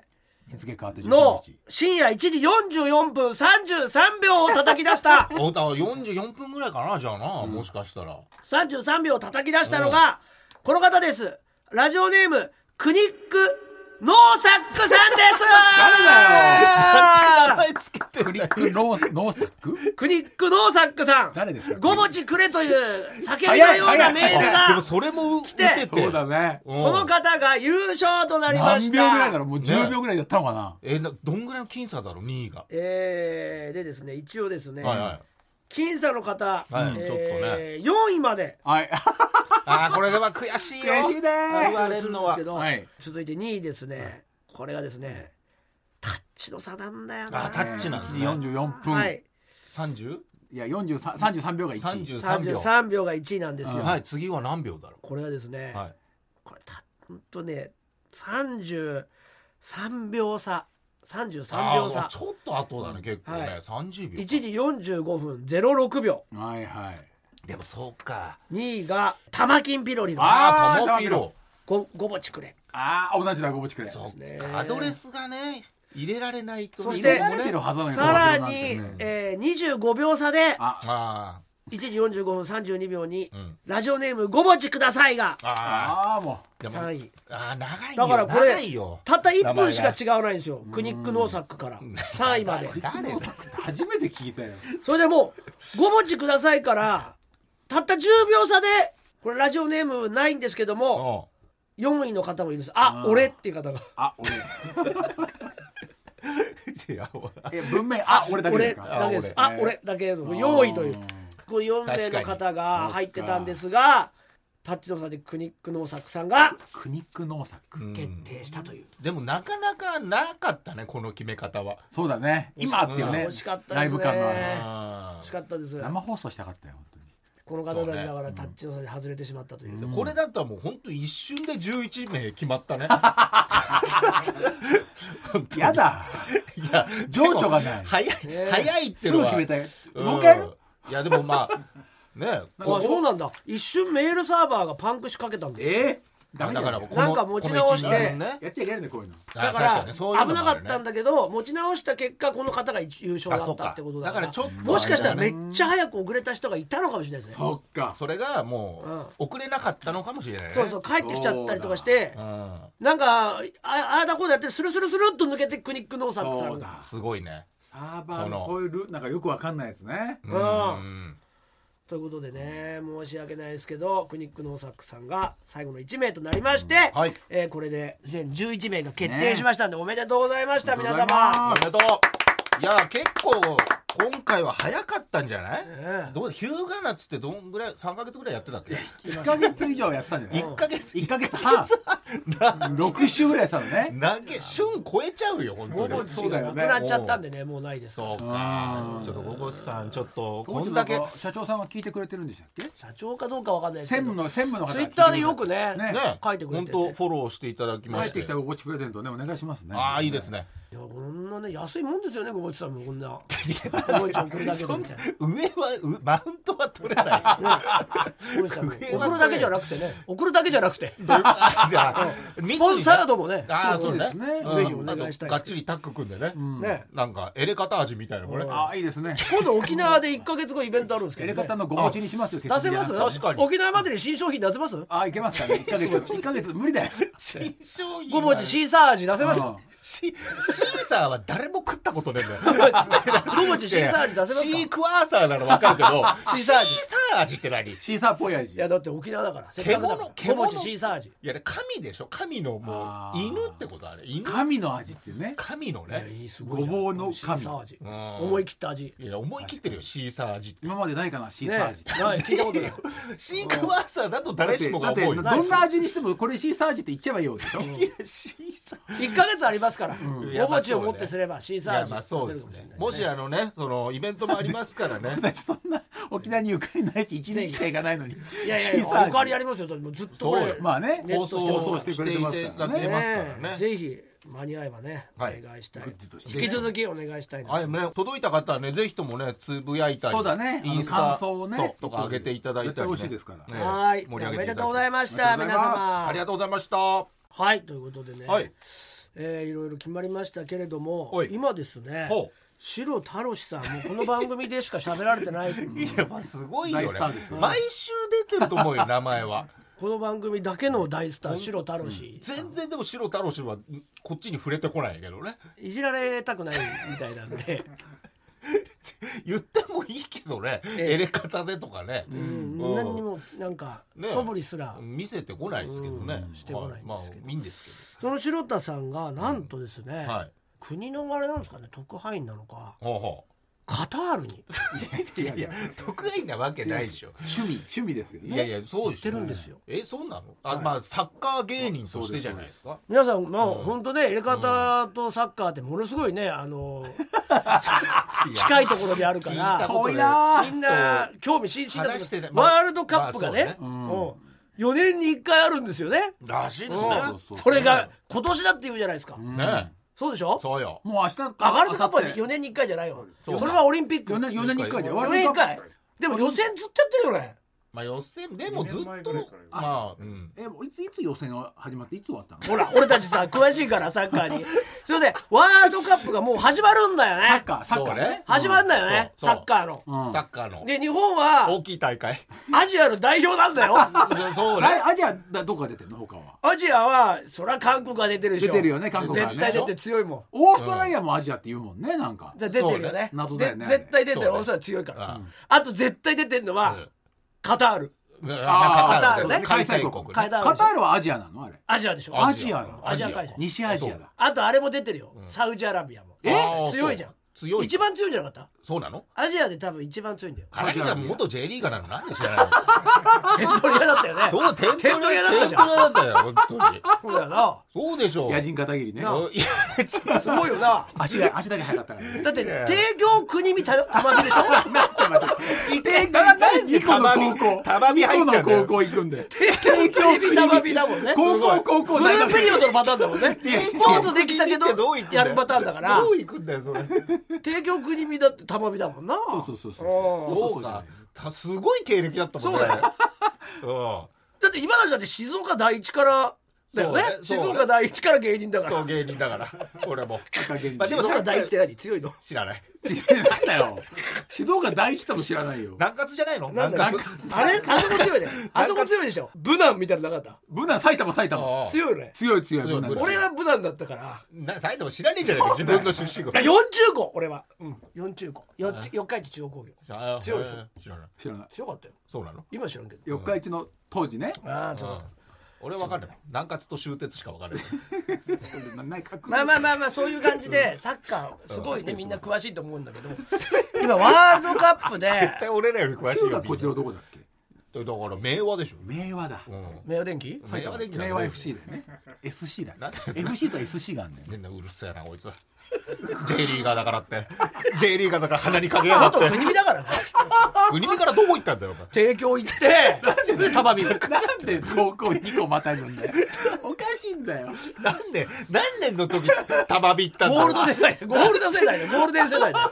C: 日付変わって
A: ー、の
C: <laughs> 13日
A: 深夜1時44分33秒を叩き出
C: <laughs>
A: した
B: おた44分ぐらいかなじゃあな、もしかしたら
A: 33秒を叩き出したのが、この方です。ラジオネーム、クニックノーサックさんです
B: 誰だよ名前つけて
C: クリックノーノーサッ
B: <laughs>
C: ク
A: クリックノーサックさん
C: 誰ですか
A: 5文字くれという叫びのようなメール
B: あで
A: が
B: もそれも打て
A: て
B: て
C: そうだね
A: この方が優勝となりま
C: 何
A: し
C: 秒ぐらいだ
A: た
C: ろうもう10秒ぐらいだったのかな
B: えなどんぐらいの僅差だろう2位が、
A: えーでですね一応ですね
B: はいはい
A: 僅差の方
B: はい
A: えー4位まで
C: はい
B: あーこれでは悔しいよ
C: 嬉しいね
A: 言われるんですけど
C: はい
A: 続いて2位ですねこれがですねタッチの差なんだよな
B: あタッチなんですね
C: 1時44分、、
A: はいい
B: 30?
C: や43 33秒が1
B: 33秒
A: 33秒が1位なんですよ
B: はい次は何秒だろ
A: これはですね、
B: う、はい、
A: これたほんとね33秒差33秒
B: あー
A: 差
B: ちょっと後だね結構ね、
A: はい
B: 30秒
A: 1時45分06秒
C: はいはい
B: でもそうか
A: 2位が玉金ピロリの
C: あ
B: あ
C: ー
B: あトモピロ
A: ごごぼちくれ
C: ああ同じだごぼちくれ
B: そっ
A: ですね
B: かアドレスがね入れられないと
A: そし
C: 入
A: て
C: れられてるはずなのよ
A: さら
C: この
A: に、
C: 動画なんてね
A: えー、25秒差で
C: あ
B: あ
A: 1時45分32秒に、
B: あうん
A: ラジオネームごぼちくださいが
B: あ
C: ああも
B: あでも
A: 3位
B: ああ長い
A: だ
B: よ
A: からこれ
B: 長いよ
A: たった1分しか違わないんですよクニックノーサックから3位まで
B: <laughs> 誰だ
C: う初めて聞いたよ
A: それでもう5文字くださいからたった10秒差でこれラジオネームないんですけども
B: <laughs> うん
A: 4位の方もいるんですあ
C: うん
A: 俺っていう方が
C: あ
B: いやお
C: 俺え文明あ俺だけです
A: 俺
C: か
A: だけです
B: あ
A: あ
C: 俺
A: 俺だけの4位というこの4名の方が入ってたんですがタッチの差でクニック農作さんが
C: 苦肉農作、
B: うん
A: 決定したという、
B: でもなかなかなかったねこの決め方は
C: そうだね今あってよね
A: 惜しかった
C: ラ
A: で
C: イ
A: す
C: ブ
A: ね
C: 感のある
B: あ
A: 惜し
B: ー
A: かったです
C: 生放送したかったよ本
A: この方たちだ
B: そ
A: か
B: う
A: らタッチの差で外れてしまったという、
C: うん
B: これだったらもう本当一瞬で11名決ま <laughs> ったね
C: 当にやだ
B: いや
C: 情緒がない
B: 早い
A: ね
B: 早いって
C: す
B: の
C: ぐ
B: は
C: 決めたよ
B: うん
C: もう一回やる
B: いやでもまあ <laughs> ね
A: あ
B: こ
A: そうなんだ一瞬メールサーバーがパンクしかけたんですよ
C: えー、
B: だ
C: ダメだ
B: から
C: よ
B: この
A: なんか持ち直して
B: この一二年ね
C: やっちゃいけないねこういうの
A: だ
B: あ
A: か
B: 確からにねそういうの
A: 危な
B: も
A: か
B: ある
A: っ
B: ね
A: たんだけど持ち直した結果この方が優勝だったってことだから
B: あそっかだからちょっと
A: もしかしたらめっ
B: ね
A: ちゃ早く遅れた人がいたのかもしれないですね
C: そっか
B: それがもう遅れなかったのかもしれないね
A: そうそう帰ってきちゃったりとかして
B: うん
A: なんかあああだこうだやってスルスルスルっと抜けてクニックノーサックさ
C: そ
A: ん
C: う
A: が
C: だ
B: すごいね
C: サーバーのそういうルなんかよくわかんないですね
A: うん
B: うん
A: ということでね申し訳ないですけどクニックノーサックさんが最後の1名となりまして、
B: うんはい
A: えーこれで全11名が決定しましたんで、おめでとうございました皆様
B: おめでとういや結構今回は早かったんじゃない、
A: え
B: どうヒューガナッツってどんぐらい3か月ぐらいやってたっけ
C: 1か月以上やってたんじゃない
B: 1か月
C: 1か
A: <laughs>
C: 月半6
B: <laughs>
C: 週ぐらいやってたのね
B: 投げ旬超えちゃうよ本当に
C: そうだ
A: な
C: よ
A: くなっちゃったんでねもうないです
B: そうかちょっとゴゴスさんちょっとこんだけ
C: この人社長さんは聞いてくれてるんでしたっけ
A: 社長かどうかわかんないですけ
C: 専
A: ど
C: 務の専務の方
A: ツイッターでよくね
C: ね
B: ね
A: 書いてくれてて
B: 本当フォローしていただきま
C: 帰
B: し
C: って
B: て
C: きたごぼちプレゼントねお願いしますね
B: ああいいですね
A: いやこんなね安いもんですよねごぼちさんもこんなごぼち送るだけでみたいな
B: 上はうマウントは取れ
A: <laughs>
B: ないし
A: ごぼちさんも送るだけじゃなくてね送るだけじゃなくて
B: あじゃあ
A: スポンサードもね
B: ああそうね
C: そうですね
B: うん
A: ぜひお願いしたいですけ
B: あ
A: ど
B: とがっちりタッグ組んでね
A: ね
B: なんかエレカタ味みたいなこれ
C: ああいいですね
A: 今度沖縄で1か月後イベントあるんですけ
C: や
A: ど、
C: り
A: ね、
C: 方のごぼちにしますよ出
A: 出せます
B: 確かに
A: 沖縄までに新商品出せます
C: ああいけますかね1か月一ヶ月無理だよ
B: 新商品
A: ごぼちシーサー味出せます
C: うん
B: シシーサーは誰も食ったことねえんだよ
A: ごぼちシーサー味出せますか
B: いやシー
A: い
B: クワーサーならわか
A: <laughs>
B: るけどシ
A: ー
B: ー
A: サー
B: サー
A: 味
B: 味って何い
C: シーサーっぽい味
A: やだって沖縄だからせっかくだからご
B: 獣
A: ぼちシーサー味
B: や神でしょ神のも
C: あ
B: う
C: ー
B: 犬ってことあれ犬
C: 神の味ってね
B: 神の
A: いや
B: ね
A: いいすごいじゃん
C: ごぼうの神
A: シーサー味
B: うん
A: 思い切った味
B: いや思い切ってるよシーサー味って
C: 今までないかなシー
A: ね
C: サー味
A: えない聞いたことない
B: <laughs> シークワーサーだと
C: だ
B: 誰
C: っ
B: しても
C: だ
B: が
C: って
B: 思う
C: ど
B: よ
C: んな味にしてもこれシーサー味って言っちゃえばいいわけでしょ
B: シーサー
A: 1か月ありますから
B: ん
A: ごぼちを持ってすればシー
B: い
A: サー
B: や
A: 味
B: まあそうです
A: 出せる
B: ね
A: かも
B: も
A: し
B: しあのねそのイベントもありますから
C: <laughs>
B: ね
C: <laughs> 私そんな沖縄にゆかりないし一年しか行かないのに
A: れないいやいや
C: シー
A: い
C: サ
A: や
C: ー
A: おかわりありますよだってもうずっとこ
B: そう
A: れ
B: よ
C: まあね
A: ネットしても
C: 放送してくれてますからね
B: していただけますからね
A: ぜひ間に合えばねお
B: はい
A: 願いしたい
C: グッズとして
A: 引き続きお願いしたいな
B: はいね、届いた方はねぜひともねつぶやいたり
C: そうだね
B: インスタ
C: あの感想をね
B: そうとか上げていただいたり、ね、
C: 絶対美味しいですから
B: ね
A: はい
B: 盛り上
A: おめ
B: げて
A: で
B: いただき
A: とうございました
C: あり
A: 皆
C: がとうございます
A: 様
B: ありがとうございましたは
A: はいということでね、
B: い
A: えーいろいろ決まりましたけれども
B: はい
A: 今ですね
B: ほ
A: 白太郎さんもうこの番組でしか喋られてない
B: ういやまあすごいよね
C: 大スターですよ
B: 毎週出てると思うよ名前は
A: この番組だけの大スター白太郎氏
B: 全然でも白太郎氏はこっちに触れてこないけどね
A: いじられたくないみたいなんで
B: 言ってもいいけどね
A: ええ
B: エレカタでとかね
A: うん
B: うん
A: 何にもなんか
B: ね
A: そぶりすら
B: 見せてこないですけどね
A: うんしてこないんですけど
B: はいまあいいんです
A: その白田さんがなんとですね
B: けどはい
A: 国のあれなんですかね特派員なのか
B: ほうほ
A: カタールに
B: ういやいや得意なわけないでしょ
C: 趣味趣味ですよね
B: いやいやそうでし
A: 行
B: ょ
A: ってるんですよ
B: えそうなのあまあサッカー芸人としてじゃないですか
A: 皆さんまあ
B: ん
A: 本当ねエレカタとサッカーってものすごいねあの
B: い
A: 近いところであるか
B: 聞いた
A: ら
B: こと
C: 遠いな
A: みんな興味津々だ
B: 話して
A: と
B: た
A: 思う
B: ま
A: ワ
B: あ
A: ールドカップがね
B: ま
A: うん4年に1回あるんですよね
B: らしいですね
C: そうそうそう
A: それが今年だって言うじゃないですか
C: うん
B: ね
A: そうでしょ
B: そうよ
C: もう明日か
A: あワールドカップは4
C: 四
A: 年に1回じゃないよそ
B: そう
A: れはオリンピック
C: 年四年に一回で
A: 4
C: ワー
A: 年
C: ルド
A: 1
C: カッ
A: 回
C: プ
A: でも予選ずっちゃってるよね
B: まあ予選でもずっ
D: 二年前ぐ
B: と
D: らいからよ
B: まあうん
C: えもういついつ予選が始まっていつ終わったの
A: ほら俺たちさ詳しいからサッカ
C: <laughs>
A: ーにそれでワールドカップがもう始まるんだよ
C: サッ
A: ね
C: カーサッカー
B: そうね
C: ね
A: 始まるんだよね
B: そう
A: サ
B: そう
A: ッカーの
C: うん
B: サッカーの
A: で日本は
B: 大きい大会
A: アジアの代表なんだ
C: <laughs>
A: よ
B: そうね
C: あアジアだどこが出てんの他は
A: アジアはそりゃ韓国が出てるでし
C: 出
A: ょ
C: てるよね韓国は
A: 絶
C: ね
A: 対出て強いもん
C: オーストラリアもアジアって言うもんねなんか
A: じゃあ出てるよね
C: そうね謎だよね
A: で絶対出てる
B: そうね
A: オスは強いから、
B: うん
A: あと絶対出てるのは、
B: うん
A: カタール
B: ま
C: あ
A: ー
B: カ
A: カター
B: タール
A: ルね
B: 開催国ね
A: 開催
C: カタールはアジアなのあれ
A: アジアでしょ
C: あアジアの
A: アジア開催
C: 西アジアだ
A: あとあれも出てるよ、サウジアラビアも
B: え
A: 強いじゃん
B: 強い
A: 一番強いんじゃなかっ
B: そうなの
A: たアジアで多分一番強いんだよ
B: 唐木さん元 J リーガーなのなんで知らないの
A: 点取り屋だったよね
B: そう点
A: 点取り屋だったじゃん
B: だったよ本当に
A: そうだよな
B: そうでしょう
C: 野人片桐ね
B: いや
A: すごいよな
C: 足が足だけ速かったからね
A: だって
B: いや
A: 帝京国見たらまみでしょ
C: えななんでこの
B: 玉美玉
C: 高校
B: 美入っちゃうんだよ
C: 高校行くんで
A: 帝京国見たまみだもんね
C: 高
A: すごい
C: 校高校
A: ブルーペリオドのパターンだもんねスポーツできたけど
B: どう行くんだ
A: や
B: よ
A: るパターンだから
B: どう行くんだよそれ
A: 帝京国見だってたまみだもんな
C: そうそうそうそう
A: うん
B: そうかたすごい経歴だったもんね
A: そうだ
B: よ
A: だって今の人だって静岡第一からだよね
B: そ
A: 静
B: うね
A: 岡第一から芸人だか
B: うんそう
A: ら
B: 芸人だから俺も
C: 高木
B: まあで
A: 静
B: も
A: 岡第一って何強いの
B: 知らない
C: 知らないんだよ指導が第一とも知らないよ
B: 南葛じゃないの
A: なんだ
B: 南
C: なん
B: 葛
A: あれあそこ強いねあそこ強いでしょブナンみたいなのなかっ
C: ブナ埼玉埼
B: あ
C: 玉
B: あ
A: た強いよね
C: 強い強い
B: 強い
C: ブナ
B: ブナ
A: 俺はブナンだったから
B: な埼玉知らねえじゃないか自分の出身国
A: 45俺はうん4中高四ち四日市中央工業
B: あ
A: 強いでしょ
B: へえ知らない
C: 知らない
A: 強かったよ
B: そうなの
A: 今知らんけど
C: 四日市の当時ね
A: ああそう
B: うん
A: だ
B: 俺分かんない南葛と終鉄しか分かんない
C: 内閣
A: まあまあまあまあそういう感じでサッカーすごいねみんな詳しいと思うんだけど今ワールドカップで
B: 絶対俺らより詳しいよ
C: 中学こっちのどこだっけ
B: だから明和でしょ
C: 明和だ
B: うん
A: 名誉電機
B: 明和できない
C: 明和 FC だよね SC だよ
B: なん
C: ね
B: で
C: FC と SC があんだよね
B: みんなうるせえなこいつ J リーガーだからって J リーガーだから鼻にかけやが
A: あ
B: って
A: と国見だからね
B: 国見からどこ行ったんだよお前
A: 提供行ってタバミ
C: なんで高校2個またぐんだよおかしいんだよ
B: 何年何年の時玉びったんだ
A: ゴールド世代ゴールド世代だよゴールデン世代だよ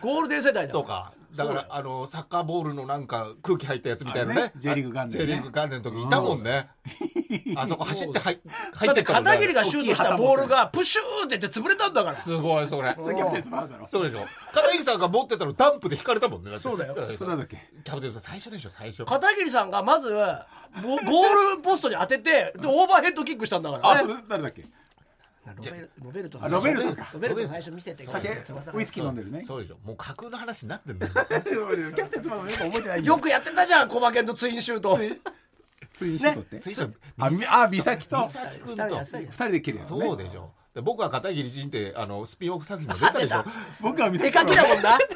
A: ゴールデン世代だ
B: そう
A: よ
B: かだからあのサッカーボールのなんか空気入ったやつみたいなね
C: あれね J リーグ元年
B: J
C: ね
B: リーグ元年の時いたもんねあそこ走って入入
A: だ
B: っ
A: ってて
B: ったもん
A: 片
B: ね
A: 桐がシュートしたボールがプシューって言って潰れたんだから
B: すごいそれ
C: それキャプテンズバーだろ
B: そうでしょ片桐さんが持ってたのダンプで引かれたもんねって
A: そうだよ
C: それなんだっけ
B: キャプテンさん最初でしょ最初
A: 片桐さんがまずゴゴールポストに当ててでオーバーヘッドキックしたんだから
C: あ
A: ね
C: それ誰だっけ
A: ロベルロベルト
C: あロベルト
A: ト
C: か
A: ロベルトの最初見せて
C: 酒
A: 翼が
C: ウイスキー飲んでるね
B: そうでしょもう架空の話になってんだよ
C: キャプテンズバーのよく覚えてない
A: よくやってたじゃんコマケンとツインシュート
C: ツインシュートって
B: ついさん
C: あみあ美咲と
B: 美咲君
A: 誰
B: と
A: やってたじゃ
C: 二
A: ん
C: 人で蹴るやつ
B: そう
C: ね
B: でしょで僕は片桐仁ってあのスピンオフ作品も出たでしょ
C: 僕は見
A: 絵描きだもんな <laughs>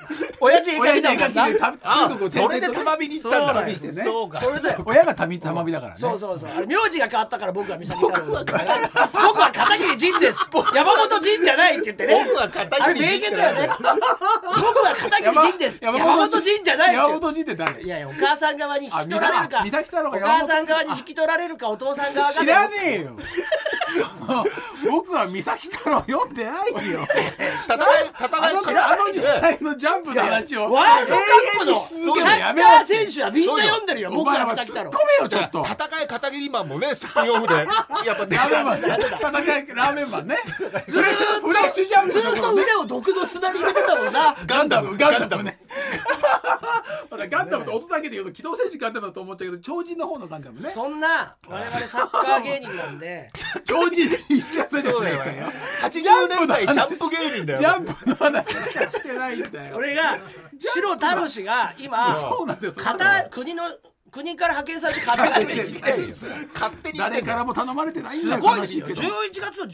A: 親父絵
C: 親
A: 描き
C: に絵
A: だもんな
C: 描きでた
B: あ
C: とにかく
B: それで
C: 転々とね
B: 玉火に行ったんだ
A: そうだよ
C: してね
B: そうか
A: それだよ
C: 親がたみ玉火だからね
A: そうそうそうあれ名字が変わったから僕は三崎太郎なんだよね僕は片桐仁です山本仁じゃないって言ってね
B: 僕は片
A: あ
B: 桐
A: れ
B: 仁
A: 名
B: って
A: 言だよね僕は片桐仁です山本仁じゃないって
C: 山
A: 言って
C: 本仁って誰
A: いやいやお母さん側に引き取られるか
C: あ三崎太郎
A: お
C: が
A: 母さん側に引き取られるかお父さん側が
C: 知らねえよ僕は三崎太郎読んでない
B: 戦い
C: よあ
B: 戦い
C: の
B: し
C: あの時代のジャンプの話を
A: ワールドカップの
C: 永遠にし続け
A: サ
C: るの
A: ッ
C: や
A: カ
C: めろ
A: ー選手はみんな読んでるよ
C: お
A: 僕
C: 前
A: は
C: は
A: 三
C: 突っ
A: 崎太
C: 込
A: 郎
C: めよちょっと
B: 戦い片桐マンもねスピンオフでやっぱ出
C: ラーメンマ
B: た
C: ンね戦いラーメンマンね
A: ずーっと
C: フラッシュジャンプ
A: ず
C: の
A: ーっ
C: とことろね <laughs>
A: 腕を毒の砂に入れてたもんな
C: ガンダムガンダムねだガンダムって音だけで言うと機動戦士ガンダムだと思っちゃうけど超人の方のガンダムね
A: そんな我々サッカー芸人なん <laughs> で
C: 超人で言っちゃったじゃ
B: そう
C: な
B: だ
C: い
B: よ
C: かよ
B: ね80年代ジャンプ芸人だよ
C: ジャンプの話しかしてないんだよ
A: それが白太郎氏が今
C: そうなんです
A: 片国の国から派遣されて片側に行ってる
B: 勝手に言って
C: 誰
B: ん
C: か
B: だ
C: ら
B: よ
C: も頼まれてないんだ
A: す
C: よ
A: ごいですよ <laughs>
C: 悲
A: 11
C: しけど
A: 月の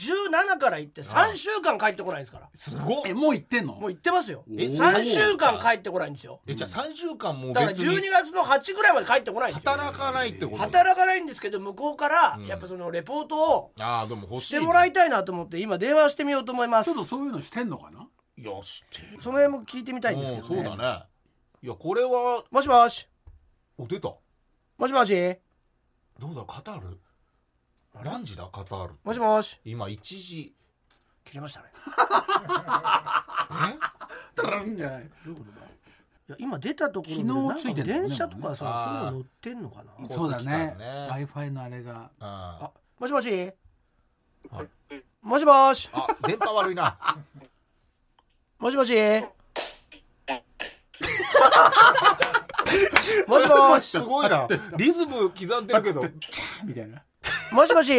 A: 17から行って3週間帰ってこないんですから
B: すごっ
C: えもう行ってんの
A: もう行ってますよ
B: え
A: 3週間帰ってこないんですよ
B: えじゃあ3週間もう
A: だから
B: 別
A: 12
B: に
A: 月の8ぐらいまで帰ってこないんですよ
B: 働かないってこと
A: 働かないんですけど向こうから
B: うん
A: やっぱそのレポートを
B: ああでも欲し
A: し
B: い
A: てもらい
B: い
A: たいなと思って今電話してみようと思います
C: ちょっ
A: そ
C: と
A: の
C: そういうのしてんのかな
B: やしてる
A: 辺も聞いてみたいんですけ
B: う
A: ど
B: そう
A: ね
B: だねいやこれは
A: もしもし
B: お出た
A: もしもし
B: どうだカタール何時だカタール
A: もしもし
B: 今1時
A: 切れましたね
B: え
C: たらんじゃない
A: いや今出たところでなんか
C: 昨日ついてんだよね
A: 電車とかさ
B: も
A: そういうの乗っ
B: うね
A: てんのかな
B: あー
C: そうだね
B: 交通機関ね
C: w i f i のあれが
B: あ
A: あもしもし、もしもし
B: あ電波悪いな
A: もしもしもしもし
B: すごいなリズム刻んでるけど
C: みたいな
A: もしもし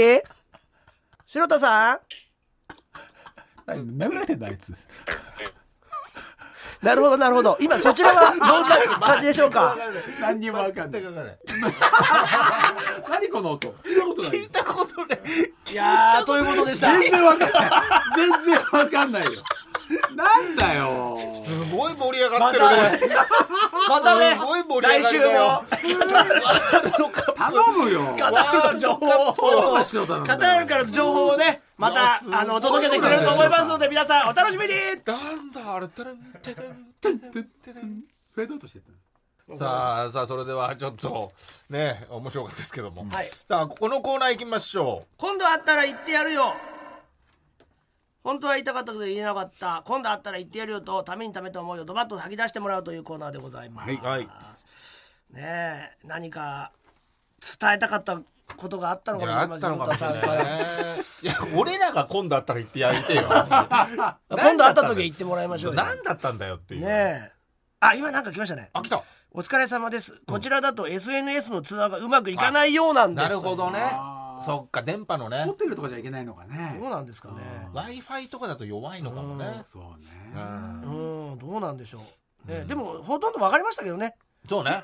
A: 白田さん
C: 何殴られてんだあいつ
A: なるほどなるほど今そちらはどんな感じでしょうか
C: 何にもわかんない何この音聞いたことない
B: <laughs> 聞いたことない
A: いやーということでした
C: 全然わかんない全然わかんないよなんだよ
B: すごい盛り上がっ
A: ま
B: てる
A: たね
B: ね
A: ま
B: <laughs>
A: たね
B: すごい盛り上
A: 来
B: がり
A: 週
B: だよ
A: も
C: 頼むよ
A: カタールの情報
C: そう
A: を
C: だそうだ
A: カタールからの情報をねまた
B: うわ
A: あの届けてくれると思いますので皆さんお楽しみに
B: なんだあれてれんてれん
C: フェードアウトしてった
B: さあさあそれではちょっとね面白かったですけども、
A: はい
B: さあこのコーナー行きましょ
A: 今度会ったら言ってやるよ本当は言いたかったけど言えなかった今度会ったら言ってやるよとためにためた思いをドバッと吐き出してもらうというコーナーでございます、
B: はいはい
A: ねえ何か伝えたかったことがあった
B: う
A: の
B: い
A: かもし
B: やあ
A: れ
B: っ
A: ま
B: た
A: せん
B: のかもしれない
A: 太郎
B: ねいや俺らが今度会ったら言ってやりてえよ
A: さん今度会った時は言ってもらいましょうよ
B: 何だったんだよっていう
A: ねえあ今なんか来ましたね
B: あ来た
A: お疲れ様ですこちらだと SNS のツアーがうまくいかないようなんです
B: なるほどね
C: あー
B: そっか電波のね
C: ホテルとかじゃいけないのかね
A: どうなんですかね
B: w i f i とかだと弱いのかもね
C: そうね
B: うん
A: うんどうなんでしょう、ねでもほとんど分かりましたけどね
B: そうね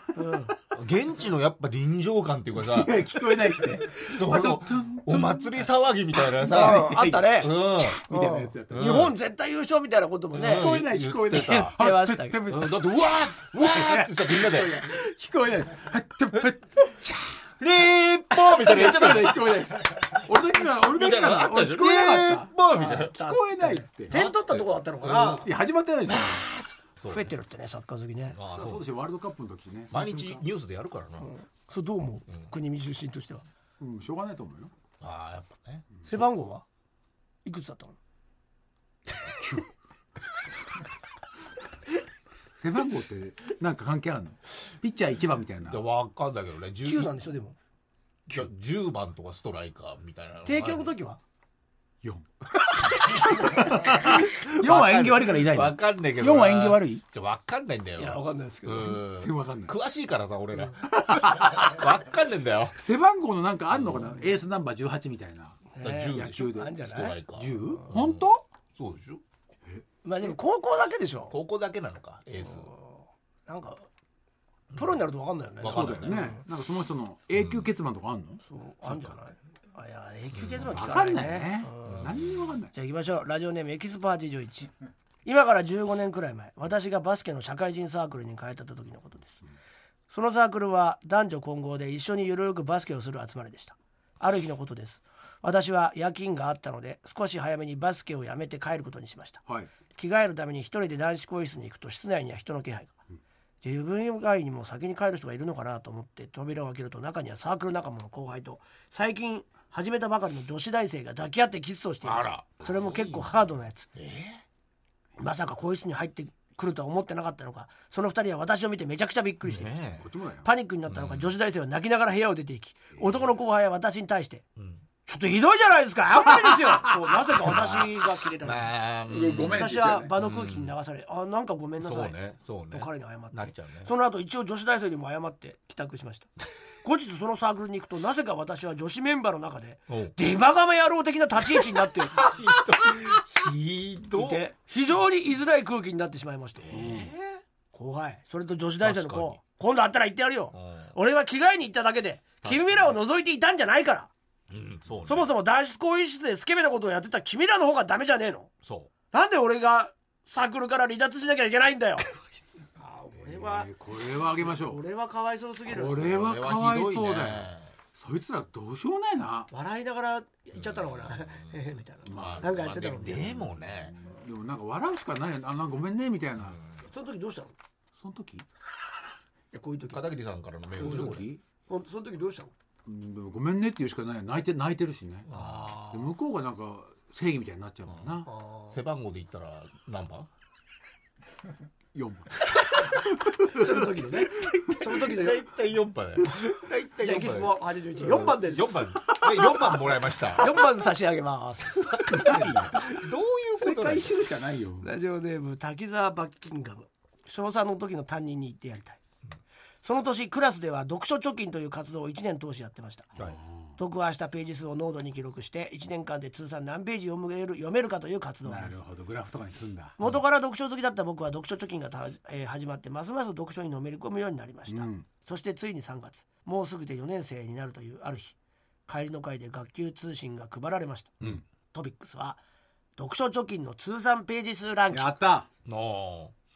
B: 現地のやっぱ臨場感っていうかさ
C: いや聞こえないって
B: <laughs> そう俺もお祭り騒ぎみたいなさ
A: あったね
B: うん
C: みたいなやつやった
A: 日本絶対優勝みたいなこともね、
B: うん
C: 聞こえない聞こえない
B: 言って
A: た
C: はいてって
B: うんだってうわ
C: <laughs>
B: ーうわーってさみんなで
C: 聞こえないですはいてってって
B: 「リーポー!」みたいなやってた
C: 聞
B: ね
C: こえないです俺だけが俺
B: み
C: だ
B: たい
C: け
B: なのあ
C: が
B: ったでし
C: 聞
B: ょ
C: こえなかっ
B: リーポー!」みたいな
C: た聞こえないって
A: 点取ったとこだったのかな、
C: いや始まってないですよ
A: 増えてるってねサッカー好きね
B: ああ
C: そ
B: そう
C: うですよワールドカップの時ね
B: 毎日ニュースでやるからな
A: それどう思う、国見出身としては
C: うんしょうがないと思うよ
B: ああやっぱね
A: 背番号はいくつだったの
C: 背番号ってなんか関係あるのピッチャー一番みたいな
B: でわかんないけどね
A: 9なん
B: 10
A: でしょでも
B: いや10番とかストライカーみたいなの
A: 提供の時は
C: <laughs> 4 4は縁起悪いからいない
B: わ
C: の
B: かんないけど
C: 4は縁起悪
B: い
C: い
B: わかんないんだよ
A: んないですけ
B: うん
C: 全然わかんない
B: 詳しいからさ俺ら <laughs> わかんねえんだよ
C: 背番号のなんかあるのかなエースナンバー18みたいな
B: 10
C: 野
B: でしょ
C: 球
B: ス
C: で
A: あんじゃ
B: ト
A: な
B: ラ
A: い
B: イカー
C: 10? 本当
B: そうでしょ
A: まあでも高校だけでしょ
B: ここだけなのかエース
A: なんかプロになると分かんないよね
B: わかん
C: そう
B: ない
C: だよねなんかその人の永久欠番とかあるの
A: そうあんじゃないあいや永久欠番
C: わ
A: 聞
C: か
A: かなんい
C: ない
A: ね
C: ね何にもわかんない
A: じゃあ行きましょうラジオネームエキスパー81今から15年くらい前私がバスケの社会人サークルに通ってた時のことですそのサークルは男女混合で一緒にゆるくバスケをする集まりでしたある日のことです私は夜勤があったので少し早めにバスケをやめて帰ることにしました
C: はい
A: 着替えるために一人で男子更衣室に行くと室内には人の気配が自分以外にも先に帰る人がいるのかなと思って扉を開けると中にはサークル仲間の後輩と最近始めたばかりの女子大生が抱き合ってキスをしていまし
B: あら
A: たそれも結構ハードなやつ
B: え
A: まさか更衣室に入ってくるとは思ってなかったのかその二人は私を見てめちゃくちゃびっくりしていました
B: ね
C: こっちもだよ
A: パニックになったのか女子大生は泣きながら部屋を出ていき男の後輩は私に対して
B: えうん
A: ちょっとひどいじゃないですか危ないです
B: <laughs>
A: よそうなぜか私が切れたの、
B: まあ、
C: うんごめん
A: 私は場の空気に流され、あなんかごめんな
B: そ
A: さ
B: う
A: い、
B: ねそう
A: と
B: ね
A: 彼に謝って
B: なっちゃうね
A: その後一応女子大生にも謝って帰宅しました <laughs> 後日そのサークルに行くとなぜか私は女子メンバーの中で
B: おう
A: デバガメ野郎的な立ち位置にな
B: <laughs>
A: って
B: ひど
A: いて非常に居づらい空気になってしまいました、後輩それと女子大生の
B: 確か
A: 子
B: に
A: 今度会ったら言ってやるよ、
B: う
A: 俺は着替えに行っただけで君らを覗いていたんじゃないから
B: んそうね
A: そもそも男子更衣室でスケベなことをやってた君らの方がダメじゃねえの
B: そ
A: なんで俺がサークルから離脱しなきゃいけないんだ
B: <laughs>
A: よあ俺は
C: これはあげましょう
A: 俺はかわいそうすぎる
C: こ
B: う
C: れはかわいそうだよ
B: これはひどいね
C: そいつらどうしようもないな
A: 笑いながら言っちゃったのかなえ <laughs> えみたいな、
B: まあ
A: なんかやってたの
B: まあででもね
C: でもなんか笑うしかないよあなんかごめんねみたいな
A: その時どうしたのい
C: その時
A: やこういう時
B: 片桐さんからのメー
C: そ
B: ル
C: の
B: で
C: 時
A: ほんその時どうしたの
C: うんでもごめんねって言うしかないよ泣いて泣いてるしねで向こうがなんか正義みたいになっちゃうもんな
A: あ
B: 背番号で言ったら何番
C: 4番
A: ーその時のねその時のよ
B: 体4番だよ大体
A: じゃあエキスポ814番です
B: 4番で4番もらいま
A: <laughs>
B: した
A: 4番差し上げます
B: どういうことだ
C: 回収しかないよ
A: ラジオネーム滝沢バッキンガム小3の時の担任に言ってやりたい、その年クラスでは読書貯金という活動を1年通しやってました、
B: はい
A: 読破したページ数をノートに記録して1年間で通算何ページ読める読めるかという活動
C: な
A: で
C: る
A: す
C: ほどグラフとかにすんだ
A: 元から読書好きだった僕は読書貯金がた、えー始まってますます読書にのめり込むようになりました、
C: うん
A: そしてついに3月もうすぐで4年生になるというある日帰りの会で学級通信が配られました、
B: うん
A: トピックスは読書貯金の通算ページ数ランキン
C: や
A: グ
C: っ
B: あ
C: た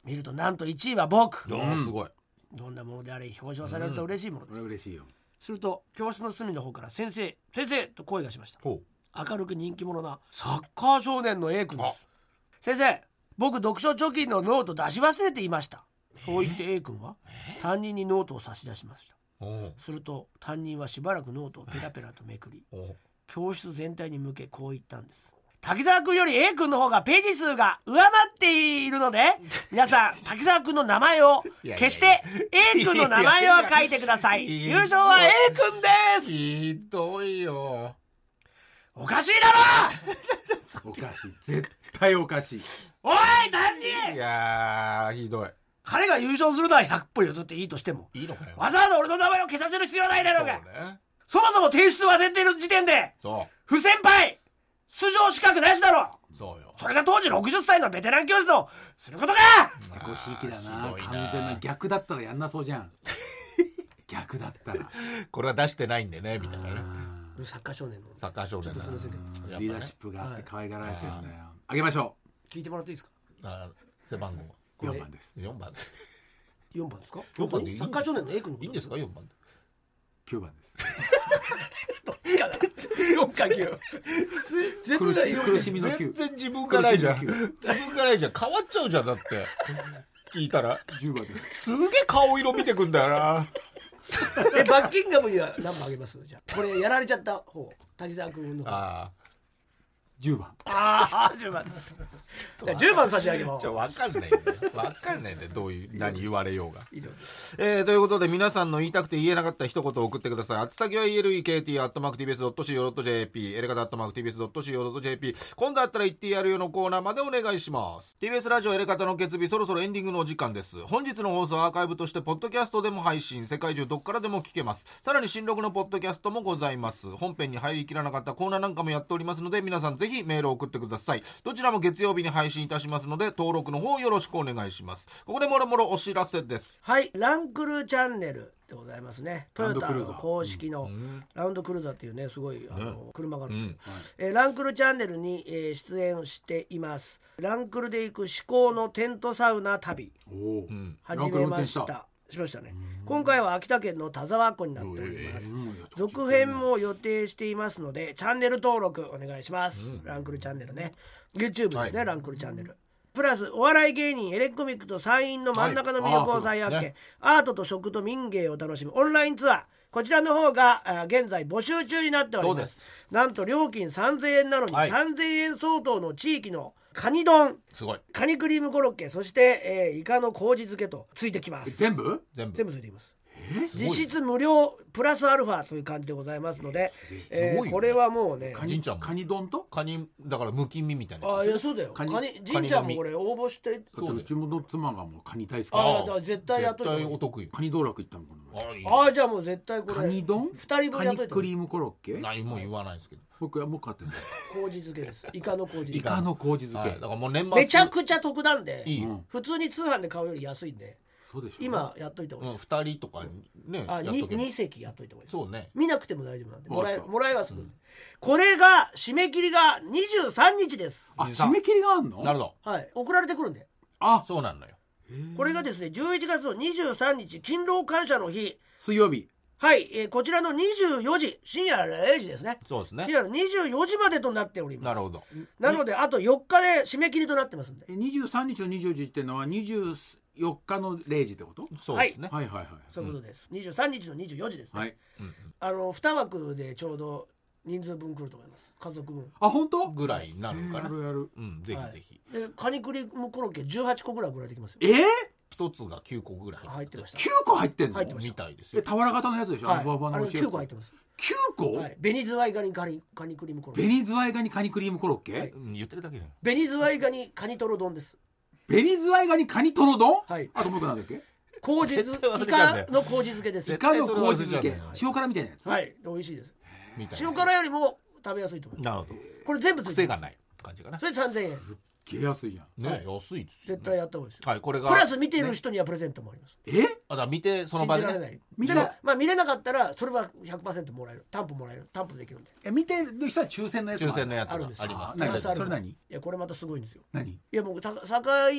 A: 見るとなんと1位は僕
B: あいやーすごい
A: どんなものであれ表彰されると嬉しいもので
C: 俺
A: す、
C: は嬉しいよ
A: すると教室の隅の方から「先生先生!」と声がしました
B: ほ
A: 明るく人気者なサッカー少年の A 君です先生僕読書貯金のノート出し忘れていましたそう言って A 君は担任にノートを差し出しました
B: ううん
A: すると担任はしばらくノートをペラペラとめくり
B: お
A: 教室全体に向けこう言ったんです滝沢君より A 君の方がページ数が上回っているので皆さん滝沢君の名前を
B: いやいやいや
A: 決して A 君の名前を書いてください
B: いやいや
A: 優勝は A 君です
B: ひどいよ
A: おかしいだろ
C: おかしい絶対おかしい
A: おい担任
B: いやーひどい
A: 彼が優勝するのは100歩譲っていいとしても
B: いいのかよ
A: わざわざ俺の名前を消させる必要はないだろ
B: そうう
A: が
B: ね
A: そもそも提出忘れてる時点で
B: そ
A: 不先輩出場資格なしだろ
B: うそうよ
A: それが当時60歳のベテラン教師のすることか
C: ごひいきだな
B: あーひどい
C: 完全な逆だったらやんなそうじゃん逆だったら
B: これは出してないんでねみたいなね
A: サッカー少年の
B: サッカー少年
A: ちょっとすいませんけど
B: やっぱね
C: リーダーシップがあって可愛がられてんだよあげましょ
A: 聞いてもらっていいですか
B: あー背番号
C: う4番です
B: 4番
A: 四番ですか。
B: 四番でいい
A: サッカー少年の A 君のこと
B: いいんですか4番で
C: 9番です
A: 四か九。
C: 苦し苦しみの
B: 全
C: 9
B: 然自分がないじゃん
C: 苦し
B: 自
C: みの
B: 分がないじゃん変わっちゃうじゃんだ <laughs> って聞いたら
C: 10番です
B: すげえ顔色見てくんだよな
A: えバッキンガムには何番あげますじゃあ。これやられちゃった方滝沢君の方。あ
B: あ
C: 10番
A: あ十番 <laughs> です。
B: あ
A: 十番差し上げま
B: じ
A: す
B: ゃ。分かんないんだよ分かんないんだよどういう何言われようが
A: 以上です。
B: えーということで皆さんの言いたくて言えなかった一言を送ってください。宛先は elekt.tbs.co.jp、エレカタ .tbs.co.jp、今度あったら言ってやるよのコーナーまでお願いします。TBS ラジオエレカタの決日、そろそろエンディングのお時間です。本日の放送はアーカイブとして、ポッドキャストでも配信、世界中どっからでも聞けます。さらに新録のポッドキャストもございます。本編に入りきらなかったコーナーなんかもやっておりますので、皆さんぜひメールを送ってください。どちらも月曜日に配信いたしますので、登録の方よろしくお願いします。ここでもろもろお知らせです。
A: はいランクルチャンネルでございますね。ト
C: ラウン
A: ヨタ
C: ドクルーザー
A: の公式のラウンドクルーザーっていうねすごいあの車があるんですけど。え
C: はい
A: ーランクルチャンネルに、えー出演していますランクルで行く至高のテントサウナ旅
C: おおー
A: 始めまし
C: ランクル運転した
A: たしましたね今回は秋田県の田沢湖になっております
C: うん
A: 続編も予定していますのでチャンネル登録お願いします、ランクルチャンネルね YouTube ですね、ランクルチャンネルプラスお笑い芸人エレコミックと山陰の真ん中の魅力を再発見、
B: はいあーそうね
A: アートと食と民芸を楽しむオンラインツアーこちらの方があー現在募集中になっており
B: そう
A: ま
B: です
A: すなんと料金3000円なのに、
B: はい
A: 3000円相当の地域のカニ丼
B: すごい。
A: カニクリームコロッケそして、えーイカの麹漬けとついてきます
C: 全部
B: 全部。
A: 全部ついてきます実質無料プラスアルファという感じでございますので、
B: え
A: え
B: すごいよ
A: ー
B: ね
A: これはもうね
B: カニちゃんも
C: カニ丼と
B: カニだからむき身みたいな
A: あいやそうだよカ
C: カニ
A: ニじんちゃんもこれ応募して
B: そうだよ
C: うちの妻がもうカニ大好き
A: あ
C: だ
A: だから絶対やっといた方がいい
B: 絶対お得意
C: カニ道楽行ったのか
B: あいい
A: ああじゃあもう絶対こ
C: な
A: れ
C: カニ丼
A: 二人分
C: カ
A: やっと
C: ニ
A: いても
C: ク
A: い
C: リ
A: い
C: ームコロッケ
B: 何も言わないですけど
C: 僕はもう買ってない
A: 麹漬けですイカの麹
C: イ
A: 漬
C: カの麹漬
B: はい
C: け
B: だからもう年末
A: けめちゃくちゃ得なんで
B: いい、
C: う
B: うんん、
A: 普通に通販で買うより安いんで
C: そうでしょ
A: 今やっといてほしいです、
B: 2人とかね
A: あ
B: やっと
A: に
B: けば
A: 二席やっといてほしいです
B: そうね
A: 見なくても大丈夫なんでもらえ
C: わかった
A: もらえはするんで、これが締め切りが23日です
C: あ締め切りがあんの
B: なるほど
A: はい送られてくるんで
C: あ
B: そうなのよ
A: これがですね11月の23日勤労感謝の日
C: 水曜日
A: はい、えーこちらの24時深夜0時ですね
B: そうです
A: 深
B: ね
A: 夜の24時までとなっております
B: なるほど
A: なのであと4日で締め切りとなってますんで
C: え23日の24時ってのは24日の0時ってこと
B: そうですね、
C: はいはいはい
A: そういうことです、23日の24時ですね、
C: はい
A: あの2枠でちょうど人数分来ると思います家族分
C: あ本当
B: ぐらいになるのか
C: や
B: な、
C: るやる
B: うんぜひぜひ
A: でカニクリームコロッケ18個ぐらい送られてきますよ
C: えー、
B: 一つが九個ぐらい
A: 入ってました
C: 9個入ってんの
A: 入ってまし
B: みたいです
C: え
B: よ
C: 俵型のやつでしょ、
A: はい
C: あのふわふわの
A: あれ
C: 美味しい
A: 9個入ってます
C: 9個、
A: はい、ベニズワイガニカニカニクリームコロッケ
C: ベニズワイガニカニクリームコロッケ、
A: はい
B: うん言ってるだけじゃない
A: ベニズワイガニカニトロ丼です
C: ベニズワイガニカニトロ丼、
A: はい
C: あともう一個なんだっけ
A: 麹漬
B: 絶対忘
A: イ
B: れちゃうん
A: カ
B: だよ
A: の麹漬けです
C: イカの
B: それは
C: 麹
B: 味じ
C: 漬
B: ゃない
C: け塩辛みたいなやつ、
A: はい美味しいです
B: みたいな
A: 塩辛よりも食べやすいと思いま
B: なるほ
A: すこれ全部つ
B: ど
A: いて
B: 癖
A: ま
B: が
A: す
B: ない感じかな
A: それ3000円
C: げえ安いじゃん
B: ね安いですよ
A: 絶対やった方がいいですよ
B: はいこれが
A: プラス見ている人にはプレゼントもあります
C: え
B: あだから見てその
A: 信
B: 場
A: じ
B: で
A: られ
B: ね
A: ない
C: 見
A: 見
C: れ
A: れ,、
C: な
A: まあ、見れなかったらそれは100%もらえる担保もらえる担保できるんで
C: え見てる人は抽選のやつ
B: 抽
C: もある
B: 選のやつが
A: あるんですよ
B: ありま
C: あ
B: す
C: なるほ
A: プラ
C: ど
A: スアルフ
C: そ
A: ァ
C: れ何
A: いやこれまたすごいんですよ
C: 何
A: いやもうた境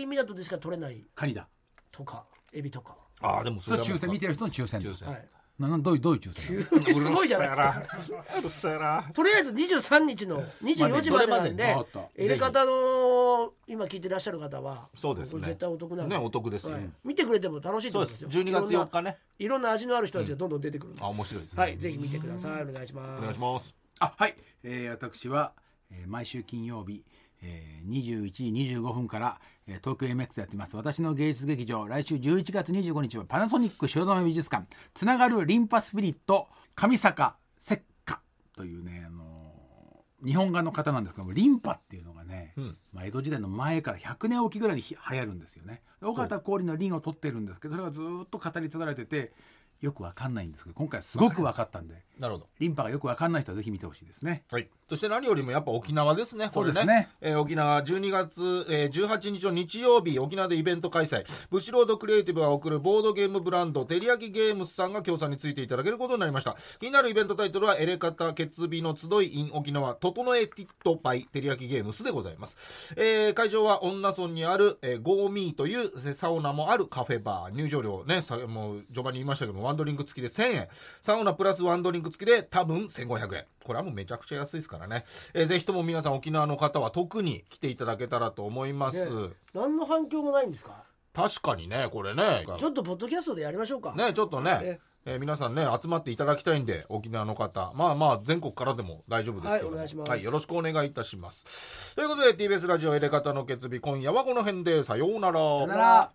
A: 港でしか取れない
C: カニだ
A: とかエビとか
B: ああでも
C: それは抽選見て
B: る
C: る人の抽選だ
B: 抽選
A: はい
C: ななどういうどういう抽選なの
A: <laughs> すごいじゃないですか
B: うるせえな
A: とりあえず23日の24時までなんで
B: まあね
C: それまでね
A: 入れ方の今聞いてらっしゃる方は
B: そうです
A: こ
B: ね
A: れ絶対お得なんで、
B: ねお得ですよ
A: はい見てくれても楽しいと
B: そう
A: 思い
B: で
A: ます
B: す
A: よ
B: 12月4日ね
A: いろんないろんな味のある人たちがどんどん出てくるんで、
B: あ面白いですね
A: はいぜひ見てくださいお願いします
B: お願いします
C: あはい、えー私は、えー毎週金曜日、えー21時25分から、えー東京 MX でやってます私の芸術劇場来週11月25日はパナソニック汐留美術館つながるリンパスピリット上坂石花というね、あのー日本画の方なんですけどもリンパっていうのがね、まあ、江戸時代の前から100年おきぐらいにひ流行るんですよね。で尾形氷の凛を取ってるんですけどそれがずーっと語り継がれててよくわかんないんですけど今回すごくわかったんで。
B: なるほど
C: リンパがよくわかんない人はぜひ見てほしいですね。
B: はい、そして何よりもやっぱ沖縄ですね、これ
C: そうですね
B: えー沖縄12月、えー18日の日曜日、沖縄でイベント開催、ブシロードクリエイティブが送るボードゲームブランド、テリヤキゲームスさんが協賛についていただけることになりました。気になるイベントタイトルは、エレカタ決日の集い in 沖縄、整えティットパイ、テリヤキゲームスでございます。えー会場は恩納村にある、えー、ゴーミーというえーサウナもあるカフェバー、入場料ね、さもう序盤に言いましたけども、ワンドリンク付きで1000円、サウナプラスワンドリンク付きで多分1500円。これはもうめちゃくちゃ安いですからね。えーぜひとも皆さん沖縄の方は特に来ていただけたらと思います。
A: ね何の反響もないんですか
B: 確かにね、これね。
A: ちょっとポッドキャストでやりましょうか、
B: ね、ちょっと
A: ね
B: ね。えー皆さんね、集まっていただきたいんで、沖縄の方。まあまあ、全国からでも大丈夫ですけど
A: はいお
B: も。
A: 願いします
B: よろしくお願いいたします。ということで、TBS ラジオ入れ方の決日、今夜はこの辺で、さようなら。
C: なら